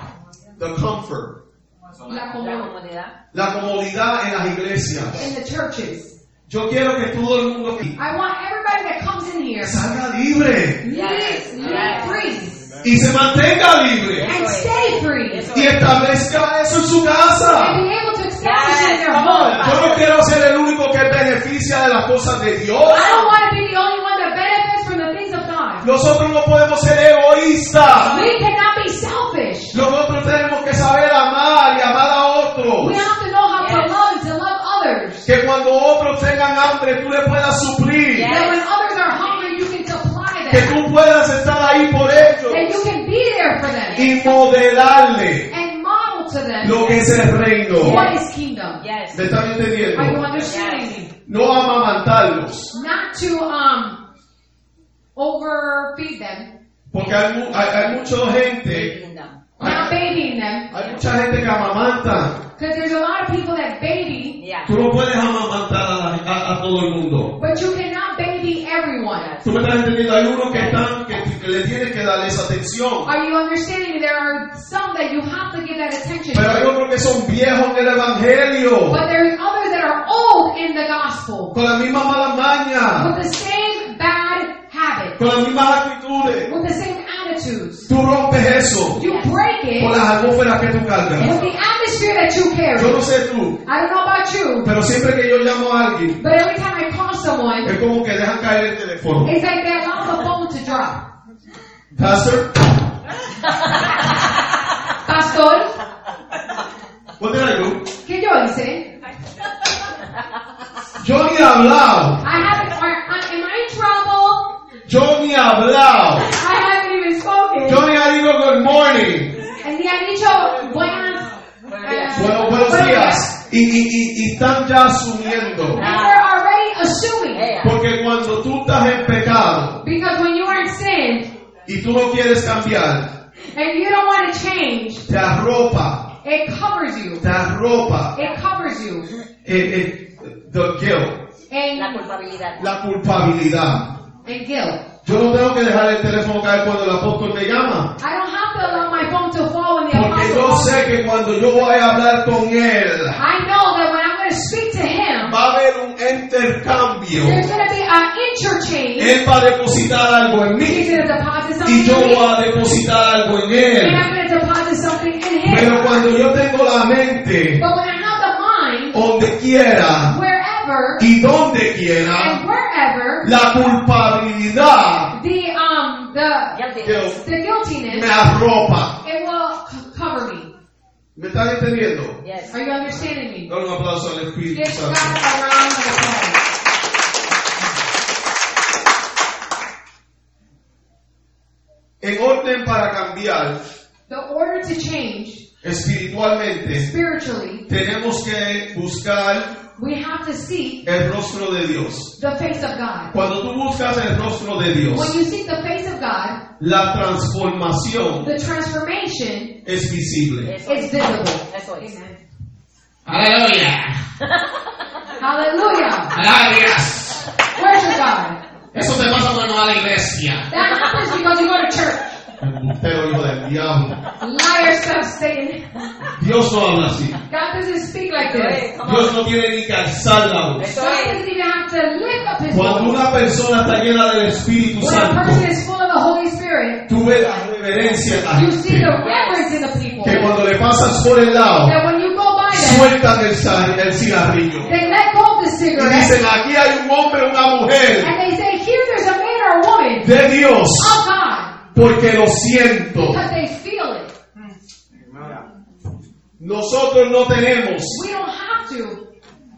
Speaker 1: the comfort,
Speaker 2: la
Speaker 3: La
Speaker 2: comunidad
Speaker 3: comunidad.
Speaker 1: la comodidad en las iglesias.
Speaker 2: in the churches.
Speaker 1: Yo quiero que todo el mundo aquí
Speaker 2: I want everybody that comes in here
Speaker 1: salga libre
Speaker 2: live, live
Speaker 3: Yes.
Speaker 2: free
Speaker 1: y se mantenga libre
Speaker 2: and stay free
Speaker 3: Eso
Speaker 1: y
Speaker 3: es.
Speaker 1: establezca eso en su casa.
Speaker 2: and be able to establish it in their
Speaker 3: Yes.
Speaker 2: home.
Speaker 1: Yo no quiero ser el único que beneficia de las cosas de Dios.
Speaker 2: I don't want to be the only one that benefits from the things of God.
Speaker 1: Nosotros no podemos ser egoístas.
Speaker 2: We cannot be selfish.
Speaker 1: Nosotros tenemos que saber amar y amar a otros.
Speaker 2: We have to know how to
Speaker 3: Yes.
Speaker 2: love and to love others.
Speaker 1: Que cuando otros tengan hambre, tú le puedas suplir.
Speaker 3: Yes.
Speaker 2: That when others are hungry, you can supply
Speaker 1: Que
Speaker 2: them.
Speaker 1: tú puedas estar ahí por ellos.
Speaker 2: That you can be there for them
Speaker 1: Y modelarle
Speaker 2: and model to them
Speaker 1: lo que es el reino.
Speaker 2: what is kingdom.
Speaker 3: Yes.
Speaker 1: ¿Me están
Speaker 2: Are you
Speaker 1: entendiendo?
Speaker 2: understanding me?
Speaker 1: No amamantarlos.
Speaker 2: not to um overfeed them,
Speaker 1: Porque hay, mu- hay- hay mucha gente,
Speaker 3: Kingdom.
Speaker 2: not babying them,
Speaker 1: hay mucha gente que amamanta.
Speaker 2: because there's a lot of people that baby,
Speaker 3: Yeah.
Speaker 1: Tú no puedes amamantar a, la- a- a todo el mundo.
Speaker 2: but you cannot baby everyone.
Speaker 1: Tú me estás entendiendo, hay unos que están, que, que le tienes que dar esa atención.
Speaker 2: Are you understanding? There are some that you have to give that attention
Speaker 1: Pero hay
Speaker 2: to,
Speaker 1: otros que son viejos en el evangelio.
Speaker 2: but there's others that are old in the gospel
Speaker 1: Con la misma mala maña.
Speaker 2: with the same bad habit,
Speaker 1: Con las mismas actitudes.
Speaker 2: with the same attitudes.
Speaker 1: Tú rompes eso.
Speaker 2: You break
Speaker 1: Con
Speaker 2: it
Speaker 1: las atmósferas que tú cargas.
Speaker 2: with the atmosphere that you
Speaker 1: Yo
Speaker 2: carry.
Speaker 1: no sé tú,
Speaker 2: I don't know about you,
Speaker 1: pero siempre que yo llamo a alguien,
Speaker 2: but every time I call someone,
Speaker 1: es como que dejan caer el teléfono.
Speaker 2: it's like they allow the phone to drop.
Speaker 1: Pastor,
Speaker 2: Pastor,
Speaker 1: what did I do?
Speaker 2: ¿qué yo hice?
Speaker 1: Yo ni he hablado.
Speaker 2: I haven't, are, I- am I in trouble?
Speaker 1: Yo ni he hablado.
Speaker 2: I haven't even spoken.
Speaker 1: Yo ni he dicho good morning.
Speaker 2: And ni han dicho buenas. uh,
Speaker 3: Buenos días.
Speaker 1: Bueno, buenos días. Y, y, y, y están ya asumiendo.
Speaker 2: And we're already assuming.
Speaker 3: Yeah.
Speaker 1: Porque cuando tú estás en pecado
Speaker 2: Because when you are in sin
Speaker 1: y tú no quieres cambiar,
Speaker 2: and you don't want to change,
Speaker 1: te arropa,
Speaker 2: it covers you.
Speaker 1: te arropa
Speaker 2: It covers you.
Speaker 1: eh, eh, the guilt,
Speaker 3: La
Speaker 2: And,
Speaker 3: culpabilidad.
Speaker 1: la culpabilidad.
Speaker 2: and guilt.
Speaker 1: Yo no tengo que dejar el teléfono caer cuando el apóstol me llama.
Speaker 2: I don't have to allow my phone to fall when the
Speaker 1: Porque
Speaker 2: apostle
Speaker 1: yo
Speaker 2: calls.
Speaker 1: sé que cuando yo voy a hablar con él,
Speaker 2: I know that when I'm going to speak to him,
Speaker 1: va a haber un intercambio.
Speaker 2: there's going to be an interchange.
Speaker 1: Él va a depositar algo en
Speaker 2: He's
Speaker 1: mí
Speaker 2: going to deposit
Speaker 1: y yo
Speaker 2: something in me.
Speaker 1: voy a depositar algo en
Speaker 2: And
Speaker 1: él.
Speaker 2: I'm going to deposit something in him.
Speaker 1: Pero cuando yo tengo la mente
Speaker 2: But when I have the mind,
Speaker 1: donde quiera
Speaker 2: wherever
Speaker 1: y donde quiera,
Speaker 2: and wherever
Speaker 1: la culpabilidad
Speaker 2: the um the
Speaker 3: Ya te-
Speaker 1: Guilt.
Speaker 2: the guiltiness,
Speaker 1: me arropa.
Speaker 2: it will c- cover me.
Speaker 1: ¿Me están entendiendo?
Speaker 3: Yes.
Speaker 2: Are you understanding me?
Speaker 1: Dale un aplauso al Espíritu
Speaker 2: Give God
Speaker 1: Santo.
Speaker 2: a round of applause.
Speaker 1: En orden para cambiar
Speaker 2: The order to change
Speaker 1: espiritualmente,
Speaker 2: spiritually,
Speaker 1: tenemos que buscar
Speaker 2: we have to seek
Speaker 1: el rostro de Dios.
Speaker 2: the face of God.
Speaker 1: Cuando tú buscas el rostro de
Speaker 2: When
Speaker 1: Dios,
Speaker 2: you seek the face of God,
Speaker 1: La transformación
Speaker 2: the transformation
Speaker 1: es visible.
Speaker 2: is visible.
Speaker 4: Eso es.
Speaker 3: Amen.
Speaker 1: Aleluya.
Speaker 2: Hallelujah.
Speaker 1: Gracias.
Speaker 2: Worship God.
Speaker 1: Eso te pasa cuando vas a la iglesia.
Speaker 2: That happens because you go to church.
Speaker 1: Pero hijo del diablo.
Speaker 2: Liar stuff, Satan.
Speaker 1: Dios no habla así.
Speaker 2: God doesn't speak like
Speaker 4: Eso
Speaker 2: this.
Speaker 4: es. Come
Speaker 1: Dios
Speaker 4: on.
Speaker 1: no tiene ni que alzar la voz.
Speaker 4: Eso
Speaker 2: God
Speaker 4: es.
Speaker 2: doesn't even have to lift up his
Speaker 1: Cuando
Speaker 2: voice.
Speaker 1: una persona está llena del Espíritu
Speaker 2: When a person
Speaker 1: Santo,
Speaker 2: is full of the Holy Spirit,
Speaker 1: tú ves la reverencia en la
Speaker 2: you see
Speaker 1: gente.
Speaker 2: the reverence in the people.
Speaker 1: Que cuando le pasas por el lado,
Speaker 2: That when you go by them,
Speaker 1: sueltan el, sa- el cigarrillo.
Speaker 2: they let go of the
Speaker 1: Y
Speaker 2: cigarette
Speaker 1: dicen, aquí hay un hombre, una mujer
Speaker 2: and they say, Here there's a man or a woman
Speaker 1: de Dios,
Speaker 2: of God
Speaker 1: porque lo siento.
Speaker 2: because they feel it.
Speaker 1: Nosotros no tenemos
Speaker 2: We don't have to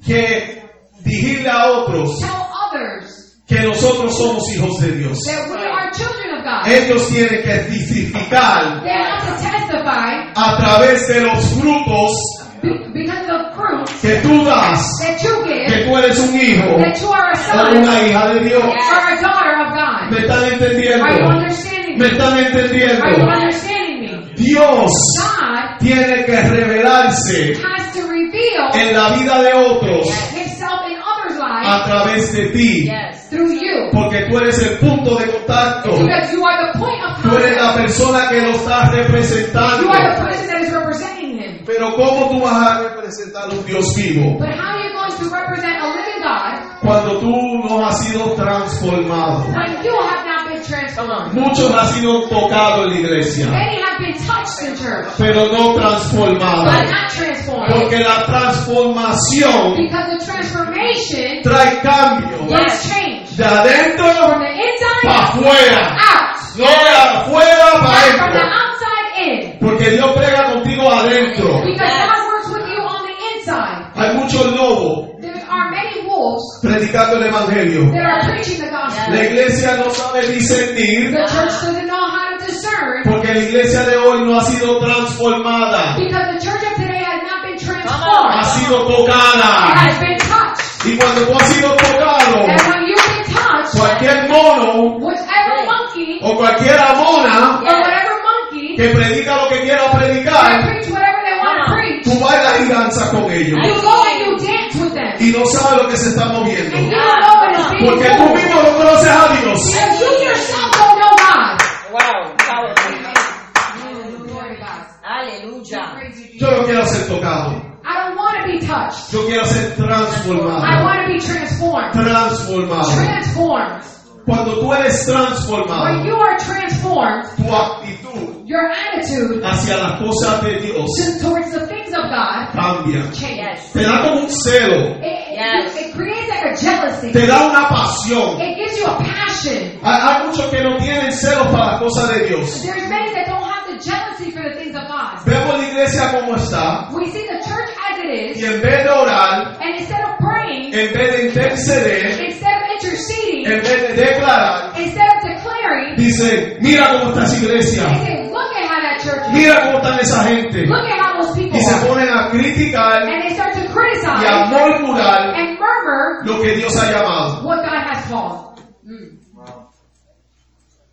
Speaker 1: que decirle a otros
Speaker 2: tell others
Speaker 1: que nosotros somos hijos de Dios.
Speaker 2: that we are children of God.
Speaker 1: Ellos tienen que testificar
Speaker 2: They have to testify
Speaker 1: a través de los frutos
Speaker 2: be- because of fruit
Speaker 1: que tú das,
Speaker 2: that you
Speaker 1: que
Speaker 2: give,
Speaker 1: tú eres un hijo
Speaker 2: that you are a
Speaker 1: o
Speaker 2: son
Speaker 1: una hija de Dios.
Speaker 2: or a daughter of God.
Speaker 1: ¿Me están
Speaker 2: Are you
Speaker 1: entendiendo?
Speaker 2: understanding
Speaker 1: ¿Me
Speaker 2: me?
Speaker 1: están
Speaker 2: Are you
Speaker 1: entendiendo?
Speaker 2: understanding me?
Speaker 1: Dios
Speaker 2: God
Speaker 1: tiene que revelarse
Speaker 2: has to reveal
Speaker 1: en la vida de otros
Speaker 2: himself in others' lives
Speaker 1: a través de ti,
Speaker 4: Yes.
Speaker 2: through you.
Speaker 1: porque tú eres el punto de contacto.
Speaker 2: Because you are the point of
Speaker 1: Tú eres la
Speaker 2: contact.
Speaker 1: persona que lo está
Speaker 2: You
Speaker 1: representando.
Speaker 2: are the person that is representing him.
Speaker 1: Pero ¿cómo tú vas a representar a un Dios vivo
Speaker 2: But how are you going to represent a living God
Speaker 1: cuando tú no has sido transformado?
Speaker 2: when you have not been transformed?
Speaker 1: Muchos han sido tocados en la iglesia,
Speaker 2: Many have been touched in church,
Speaker 1: pero no
Speaker 2: but
Speaker 1: transformados.
Speaker 2: not transformed.
Speaker 1: Porque la transformación
Speaker 2: Because the transformation
Speaker 1: trae cambio
Speaker 2: brings change
Speaker 1: de adentro
Speaker 2: from the
Speaker 1: para
Speaker 2: inside
Speaker 1: afuera,
Speaker 2: out,
Speaker 1: no de afuera para
Speaker 2: not from the
Speaker 1: adentro.
Speaker 2: outside in.
Speaker 1: Porque Dios prega contigo adentro.
Speaker 2: Because God works with you on the inside.
Speaker 1: Hay muchos lobos
Speaker 2: There are many wolves
Speaker 1: predicando el evangelio.
Speaker 2: that are preaching the gospel.
Speaker 1: La iglesia no sabe discernir
Speaker 2: The church doesn't know how to discern
Speaker 1: porque la iglesia de hoy no ha sido transformada,
Speaker 2: because the church of today has not been
Speaker 1: ha
Speaker 2: transformed.
Speaker 1: sido
Speaker 2: It
Speaker 1: tocada.
Speaker 2: has been touched.
Speaker 1: Y cuando tú has sido tocado,
Speaker 2: And when you've been touched,
Speaker 1: cualquier mono
Speaker 2: whatever monkey
Speaker 1: o cualquier mona
Speaker 2: or whatever monkey
Speaker 1: que predica lo que quiera
Speaker 2: can
Speaker 1: predicar,
Speaker 2: preach whatever they want to preach,
Speaker 1: tú bailas y danzas con ellos
Speaker 2: you go and you dance with them.
Speaker 1: y no sabes lo que se está
Speaker 2: And you
Speaker 1: moviendo.
Speaker 2: don't know what is being
Speaker 1: Porque tú
Speaker 2: moved.
Speaker 1: mismo no conoces a Dios.
Speaker 2: And you yourself don't know God.
Speaker 4: Wow. Hallelujah.
Speaker 2: Glory to God.
Speaker 4: Aleluya.
Speaker 2: Praise you, Jesus.
Speaker 1: Yo no quiero ser tocado,
Speaker 2: I don't want to be touched.
Speaker 1: yo quiero ser
Speaker 2: I
Speaker 1: transformado.
Speaker 2: want to be transformed.
Speaker 1: Transformado.
Speaker 2: Transformed.
Speaker 1: Cuando tú eres transformado,
Speaker 2: When you are transformed,
Speaker 1: tu actitud
Speaker 2: your attitude
Speaker 1: hacia las cosas de Dios
Speaker 2: to- towards the things of God
Speaker 1: cambia.
Speaker 2: changes.
Speaker 1: Te da como un
Speaker 2: It,
Speaker 1: celo,
Speaker 2: it-
Speaker 4: Yes.
Speaker 2: it creates like a jealousy.
Speaker 1: te da una pasión.
Speaker 2: It gives you a passion.
Speaker 1: Hay, hay muchos que no tienen celos para las cosas de Dios.
Speaker 2: There's many that don't have the jealousy for the things of God.
Speaker 1: Vemos la iglesia como está
Speaker 2: We see the church as it
Speaker 1: y
Speaker 2: is,
Speaker 1: en vez de orar,
Speaker 2: and instead of praying,
Speaker 1: en vez de interceder,
Speaker 2: instead of interceding,
Speaker 1: en vez de declarar,
Speaker 2: instead of declaring,
Speaker 1: dicen, mira cómo está esa
Speaker 2: they
Speaker 1: iglesia,
Speaker 2: say, look at how that church is.
Speaker 1: mira cómo están esa gente.
Speaker 2: Look at how those people
Speaker 1: Y se
Speaker 2: are.
Speaker 1: ponen a criticar
Speaker 2: And they start to
Speaker 1: y a
Speaker 2: criticize
Speaker 1: murmurar
Speaker 2: and murmur
Speaker 1: lo que Dios ha llamado.
Speaker 2: what God has called. Mm.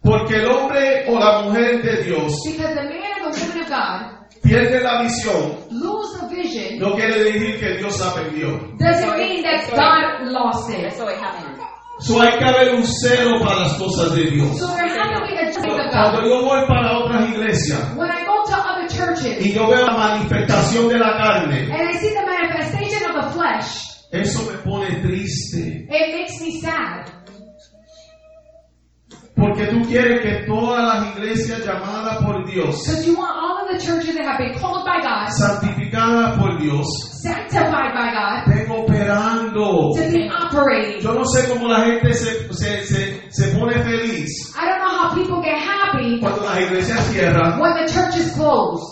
Speaker 1: Porque el hombre o la mujer de Dios
Speaker 2: Because the man and the woman of God
Speaker 1: pierde la visión,
Speaker 2: lose the vision
Speaker 1: no quiere decir que Dios la perdió.
Speaker 2: doesn't mean that God lost it.
Speaker 4: Eso es. Amén.
Speaker 1: So hay que haber un celo para las cosas de Dios.
Speaker 2: So there had to be a choice of
Speaker 1: Cuando
Speaker 2: God.
Speaker 1: yo voy para otras iglesias
Speaker 2: When I go to other churches
Speaker 1: y yo veo la manifestación de la carne,
Speaker 2: and I see the manifestation of the flesh,
Speaker 1: eso me pone triste.
Speaker 2: it makes me sad.
Speaker 1: Porque tú quieres que todas las iglesias llamadas por Dios,
Speaker 2: Because you want all of the churches that have been called by God,
Speaker 1: santificadas por Dios,
Speaker 2: sanctified by God,
Speaker 1: estén operando.
Speaker 2: to be operating.
Speaker 1: Yo no sé cómo la gente se, se, se, se pone feliz
Speaker 2: I don't know how people get happy
Speaker 1: cuando las iglesias cierran.
Speaker 2: when the church is closed.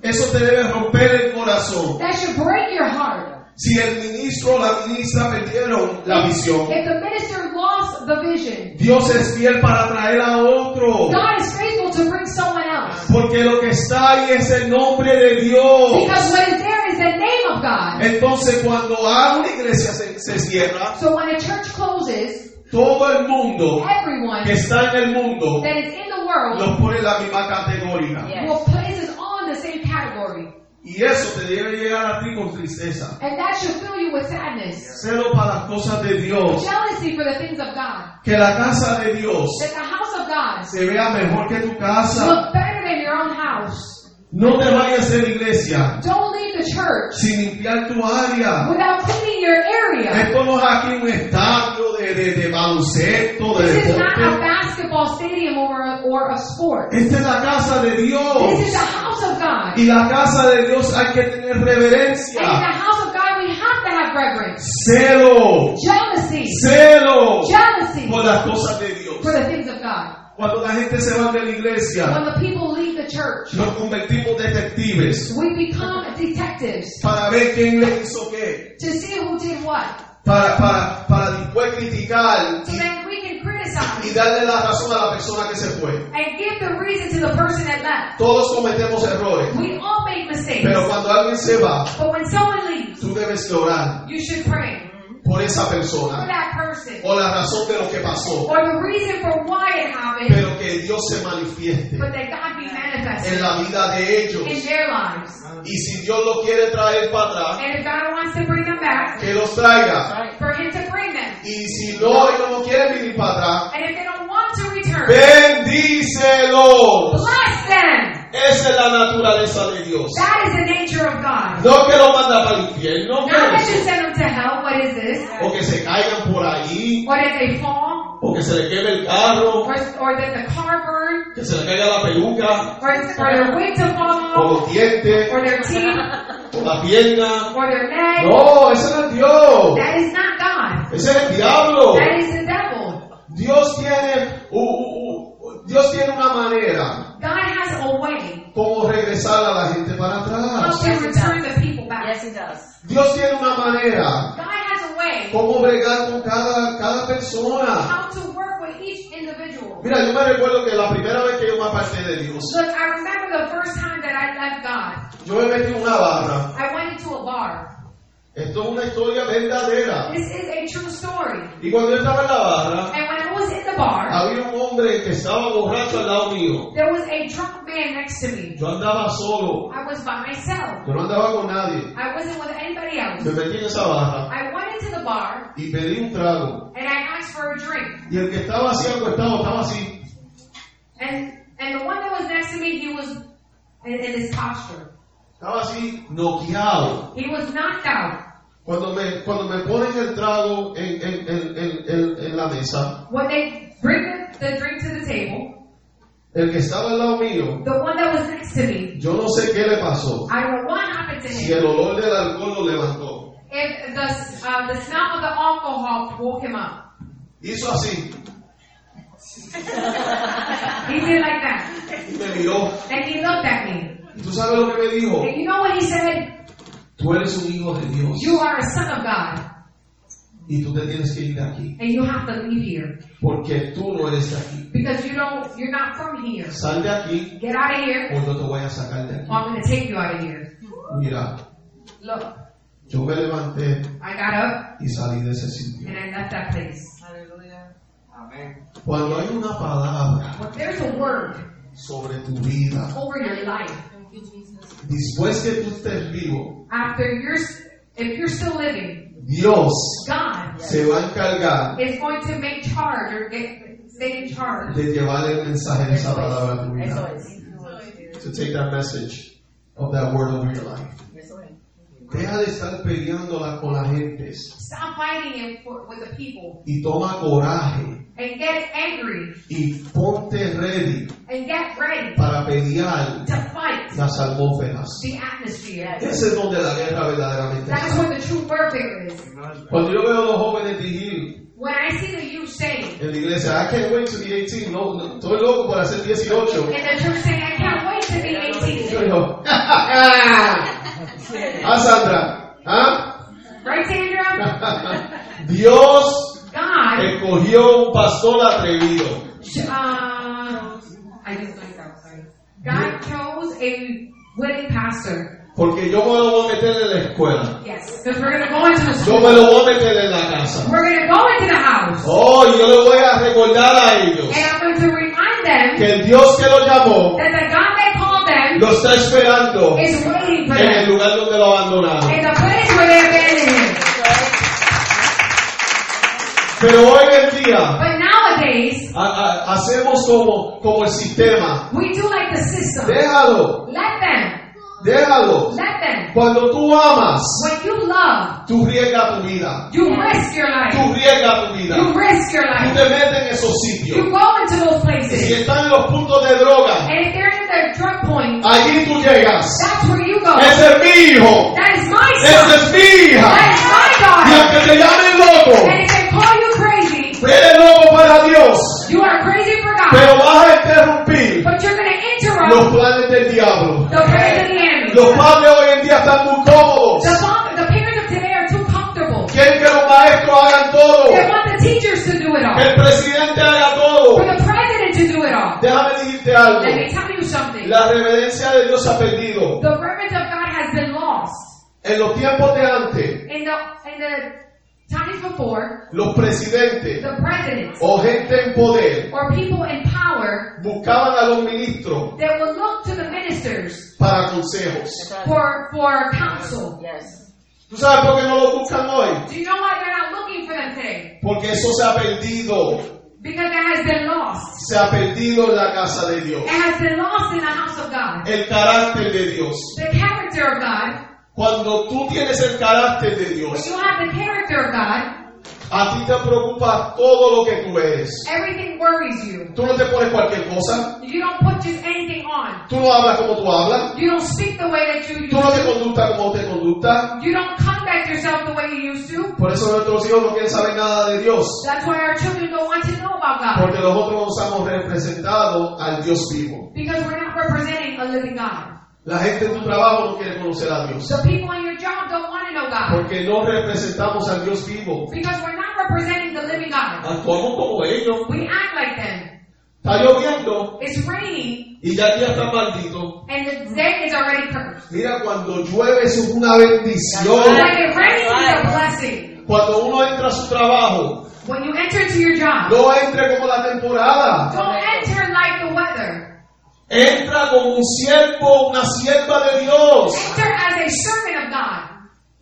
Speaker 1: Eso te debe romper el corazón.
Speaker 2: That should break your heart.
Speaker 1: Si el ministro o la ministra perdieron la visión,
Speaker 2: If the minister lost the vision,
Speaker 1: Dios es fiel para traer a otro.
Speaker 2: God is faithful to bring someone else.
Speaker 1: Porque lo que está ahí es el nombre de Dios.
Speaker 2: Because what is there is the name of God.
Speaker 1: Entonces cuando a una iglesia se, se cierra,
Speaker 2: So when a church closes,
Speaker 1: tú Todo el mundo
Speaker 2: Everyone
Speaker 1: que está en el mundo
Speaker 2: that is in the world
Speaker 1: los pone en la misma categoría.
Speaker 2: will places all in the same category.
Speaker 1: Y eso te debe llegar a ti con tristeza.
Speaker 2: And that should fill you with sadness.
Speaker 1: Celo para las cosas de Dios.
Speaker 2: Jealousy for the things of God.
Speaker 1: Que la casa de Dios
Speaker 2: That the house of God
Speaker 1: se vea mejor que tu casa.
Speaker 2: look better than your own house.
Speaker 1: No te vayas de la iglesia
Speaker 2: Don't leave the church
Speaker 1: sin limpiar tu área.
Speaker 2: without cleaning your area.
Speaker 1: Esto no es aquí un establo de, de, de baloncesto, de
Speaker 2: This is not a
Speaker 1: deporte.
Speaker 2: basketball stadium or a, or a sport.
Speaker 1: Esta es la casa de Dios.
Speaker 2: This is the house of God.
Speaker 1: Y la casa de Dios hay que tener
Speaker 2: And in the
Speaker 1: reverencia.
Speaker 2: house of God, we have to have reverence.
Speaker 1: Celo,
Speaker 2: Jealousy.
Speaker 1: celo
Speaker 2: Jealousy
Speaker 1: por las cosas de Dios.
Speaker 2: for the things of God.
Speaker 1: Cuando la gente se va de la
Speaker 2: When
Speaker 1: iglesia,
Speaker 2: the people leave the church,
Speaker 1: nos convertimos detectives
Speaker 2: we become detectives
Speaker 1: para ver quién le hizo qué,
Speaker 2: to see who did what.
Speaker 1: para, para, para después criticar
Speaker 2: So that we can
Speaker 1: y
Speaker 2: criticize
Speaker 1: darle la razón a la persona que se fue.
Speaker 2: and give the reason to the person that left.
Speaker 1: Todos cometemos errores,
Speaker 2: We all make mistakes.
Speaker 1: pero cuando alguien se va,
Speaker 2: But when someone leaves,
Speaker 1: tú debes orar
Speaker 2: you should pray
Speaker 1: por esa
Speaker 2: for
Speaker 1: persona
Speaker 2: that person
Speaker 1: o la razón de lo que pasó,
Speaker 2: or the reason for why it happened,
Speaker 1: pero que Dios se manifieste
Speaker 2: but that God be
Speaker 1: en
Speaker 2: manifested
Speaker 1: la vida de
Speaker 2: in
Speaker 1: ellos.
Speaker 2: their lives.
Speaker 1: Y si Dios lo quiere traer para atrás,
Speaker 2: And if God wants to bring them back,
Speaker 1: que los traiga.
Speaker 4: Right.
Speaker 2: for Him to bring them.
Speaker 1: Y si no, ellos no quieren venir para atrás,
Speaker 2: And if they don't want to return,
Speaker 1: Bendícelo.
Speaker 2: bless them.
Speaker 1: Esa es la naturaleza de Dios.
Speaker 2: That is the nature of God.
Speaker 1: No que lo manda para el infierno,
Speaker 2: Not
Speaker 1: pero
Speaker 2: that you send them to hell, what is this?
Speaker 1: o que se caigan por ahí,
Speaker 2: Or that they fall,
Speaker 1: o que se le queme el carro,
Speaker 2: or, or that the car burn,
Speaker 1: que se le caiga la peluca,
Speaker 2: or, or their wig to fall
Speaker 1: o
Speaker 2: off,
Speaker 1: los dientes,
Speaker 2: or their teeth,
Speaker 1: o la pierna.
Speaker 2: or their neck.
Speaker 1: No, ese no es Dios.
Speaker 2: That is not God.
Speaker 1: Ese es el diablo.
Speaker 2: That is the devil.
Speaker 1: Dios tiene, u- u- u- Dios tiene una manera
Speaker 2: God has a way
Speaker 1: como regresar a la gente para
Speaker 2: how
Speaker 1: atrás.
Speaker 2: to return the people back.
Speaker 4: Yes, it does.
Speaker 1: Dios tiene una manera
Speaker 2: God has a way
Speaker 1: cómo bregar con cada, cada persona.
Speaker 2: how to work with each individual.
Speaker 1: Mira, yo me recuerdo que la primera vez que yo me aparté de Dios,
Speaker 2: Look, I remember the first time that I left God.
Speaker 1: yo me metí en una barra.
Speaker 2: I went into a bar.
Speaker 1: Esto es una historia verdadera.
Speaker 2: This is a true story.
Speaker 1: Y cuando yo estaba en la barra,
Speaker 2: And when I was in the bar,
Speaker 1: había un hombre que estaba borracho al lado mío.
Speaker 2: there was a drunk man next to me.
Speaker 1: Yo andaba solo,
Speaker 2: I was by myself.
Speaker 1: yo no andaba con nadie.
Speaker 2: I wasn't with anybody else.
Speaker 1: Me metí en esa barra
Speaker 2: I went into the bar
Speaker 1: y pedí un trago.
Speaker 2: and I asked for a drink.
Speaker 1: Y el que estaba así acostado estaba así.
Speaker 2: And and the one that was next to me, he was in, in his posture.
Speaker 1: Estaba así, noqueado.
Speaker 2: He was knocked out.
Speaker 1: Cuando me, cuando me ponen el trago en, en- en- en- en- en la mesa,
Speaker 2: When they bring the, the drink to the table,
Speaker 1: el que estaba al lado mío,
Speaker 2: the one that was next to me,
Speaker 1: yo no sé qué le pasó.
Speaker 2: I don't know what happened to
Speaker 1: Si
Speaker 2: him.
Speaker 1: el olor del alcohol lo levantó.
Speaker 2: If the uh, the smell of the alcohol woke him up,
Speaker 1: Hizo así
Speaker 2: he did like that.
Speaker 1: y me miró.
Speaker 2: Then he looked at me,
Speaker 1: ¿Y tú sabes lo que me dijo?
Speaker 2: and you know what he said?
Speaker 1: Tú eres un hijo de Dios
Speaker 2: You are a son of God,
Speaker 1: y tú te tienes que ir de aquí
Speaker 2: and you have to leave here
Speaker 1: porque tú no eres de aquí.
Speaker 2: because you don't. You're not from here.
Speaker 1: Sal de aquí
Speaker 2: Get out of here,
Speaker 1: o yo te voy a sacar de aquí.
Speaker 2: or I'm going to take you out of here.
Speaker 1: Mira,
Speaker 2: Look,
Speaker 1: yo me levanté
Speaker 2: I got up
Speaker 1: y salí de ese sitio.
Speaker 2: and I left that place.
Speaker 3: Amen.
Speaker 1: Cuando hay una palabra
Speaker 2: When there's a word
Speaker 1: sobre tu vida,
Speaker 2: over your life,
Speaker 1: después que tú estés vivo,
Speaker 2: after you're, if you're still living,
Speaker 1: Dios
Speaker 2: God
Speaker 1: se va a encargar
Speaker 2: is going to make charge or get, stay in charge.
Speaker 1: de llevar el mensaje de esa palabra a tu
Speaker 4: Eso
Speaker 1: vida.
Speaker 4: es.
Speaker 1: To take that message of that word over your life.
Speaker 4: Eso es.
Speaker 1: Deja de estar peleándola con la gente
Speaker 2: Stop fighting it for, with the people
Speaker 1: y toma coraje
Speaker 2: and get angry
Speaker 1: y ponte ready
Speaker 2: and get ready
Speaker 1: para pelear
Speaker 2: to fight
Speaker 1: las atmósferas.
Speaker 2: the atmosphere.
Speaker 1: Ese es donde la guerra verdaderamente
Speaker 2: That's
Speaker 1: está.
Speaker 2: where the true warfare is.
Speaker 1: Cuando yo veo a los jóvenes dirigir
Speaker 2: When I see the youth saying,
Speaker 1: en la iglesia, "Ah, I can't wait to be 18, no, no, estoy loco por hacer 18.
Speaker 2: and the church saying, I can't wait to be 18.
Speaker 1: Yo digo, ah, Sandra, ¿ah?
Speaker 2: Right, Sandra?
Speaker 1: Dios
Speaker 2: God,
Speaker 1: escogió un pastor atrevido.
Speaker 2: uh, I just myself, sorry. God chose a willing pastor.
Speaker 1: Porque yo me lo voy a meter en la escuela.
Speaker 2: Yes. Because we're going to go into the
Speaker 1: Yo
Speaker 2: school.
Speaker 1: me lo voy a meter en la casa.
Speaker 2: We're going to go into the house. house.
Speaker 1: Oh, yo le voy a recordar a ellos
Speaker 2: And I'm going to remind them
Speaker 1: que el Dios que los llamó
Speaker 2: that the God that called them
Speaker 1: lo está esperando
Speaker 2: is waiting for
Speaker 1: en el
Speaker 2: them
Speaker 1: lugar donde lo abandonaron.
Speaker 2: in the place where they abandoned him.
Speaker 1: Pero hoy en día
Speaker 2: But nowadays,
Speaker 1: a- a- hacemos como, como el sistema.
Speaker 2: we do like the system.
Speaker 1: Déjalo,
Speaker 2: Let them,
Speaker 1: déjalo.
Speaker 2: let them.
Speaker 1: Cuando tú amas,
Speaker 2: When you love,
Speaker 1: tú riesgas tu vida.
Speaker 2: you risk your life.
Speaker 1: Tú riesgas tu vida.
Speaker 2: You risk your
Speaker 1: Tú
Speaker 2: life.
Speaker 1: te metes en esos sitios.
Speaker 2: You go into those
Speaker 1: Si
Speaker 2: places.
Speaker 1: están en los puntos de droga,
Speaker 2: And if they're in their drug point,
Speaker 1: allí tú llegas.
Speaker 2: that's where you go.
Speaker 1: Ese es mi hijo.
Speaker 2: That is my
Speaker 1: Esa
Speaker 2: son.
Speaker 1: es mi
Speaker 2: That
Speaker 1: hija.
Speaker 2: is my
Speaker 1: Y
Speaker 2: daughter.
Speaker 1: aunque te llamen loco,
Speaker 2: And if they call you crazy,
Speaker 1: eres loco para Dios.
Speaker 2: you are crazy for God.
Speaker 1: Pero vas a interrumpir
Speaker 2: But you're going to
Speaker 1: los
Speaker 2: interrupt
Speaker 1: planes del diablo.
Speaker 2: the praise of the enemy.
Speaker 1: Los padres hoy en día están muy cómodos.
Speaker 2: The, father, the parents of today are too comfortable.
Speaker 1: Quieren que los maestros hagan todo.
Speaker 2: They want the teachers to do it
Speaker 1: Que
Speaker 2: all.
Speaker 1: el presidente haga todo.
Speaker 2: For the president to do it all.
Speaker 1: Déjame decirte algo.
Speaker 2: Let me tell you something.
Speaker 1: La reverencia de Dios se ha perdido.
Speaker 2: The reverence of God has been lost.
Speaker 1: En los tiempos de antes,
Speaker 2: In the in the times before,
Speaker 1: los presidentes
Speaker 2: the presidents
Speaker 1: o gente en poder
Speaker 2: or people in power
Speaker 1: buscaban a los ministros
Speaker 2: that will look to the ministers
Speaker 1: para consejos.
Speaker 2: for for counsel.
Speaker 4: Yes.
Speaker 1: ¿Tú sabes por qué no los buscan hoy?
Speaker 2: Do you know why they're not looking for them today?
Speaker 1: Porque eso se ha perdido.
Speaker 2: Because that has been lost.
Speaker 1: Se ha perdido en la casa de Dios.
Speaker 2: It has been lost in the house of God.
Speaker 1: El carácter de Dios.
Speaker 2: The character of God.
Speaker 1: Cuando tú tienes el carácter de
Speaker 2: When
Speaker 1: Dios,
Speaker 2: you have the character of God,
Speaker 1: a ti te preocupa todo lo que tú eres.
Speaker 2: everything worries you.
Speaker 1: Tú no te pones cualquier cosa.
Speaker 2: You don't put just anything on.
Speaker 1: Tú no hablas como tú hablas.
Speaker 2: You don't speak the way that you used
Speaker 1: Tú no te
Speaker 2: to.
Speaker 1: conductas como te conductas.
Speaker 2: You don't conduct yourself the way you used to.
Speaker 1: Por eso nuestros hijos no quieren saber nada de Dios.
Speaker 2: That's why our children don't want to know about God.
Speaker 1: Porque nosotros nos hemos representado al Dios vivo.
Speaker 2: Because we're not representing a living God.
Speaker 1: La gente en tu trabajo no quiere conocer a Dios.
Speaker 2: The people in your job don't want to know God.
Speaker 1: Porque no representamos al Dios vivo.
Speaker 2: Because we're not representing the living God.
Speaker 1: Actuamos como ellos.
Speaker 2: We act like them.
Speaker 1: Está lloviendo
Speaker 2: It's raining
Speaker 1: y ya el día está maldito.
Speaker 2: and the day is already cursed.
Speaker 1: Mira, cuando llueve eso es una
Speaker 2: When
Speaker 1: bendición.
Speaker 2: it rains is a blessing.
Speaker 1: Cuando uno entra a su trabajo,
Speaker 2: When you enter into your job,
Speaker 1: no entre como la temporada.
Speaker 2: don't enter like the weather.
Speaker 1: Entra como un siervo, una sierva de Dios.
Speaker 2: Enter as a servant of God.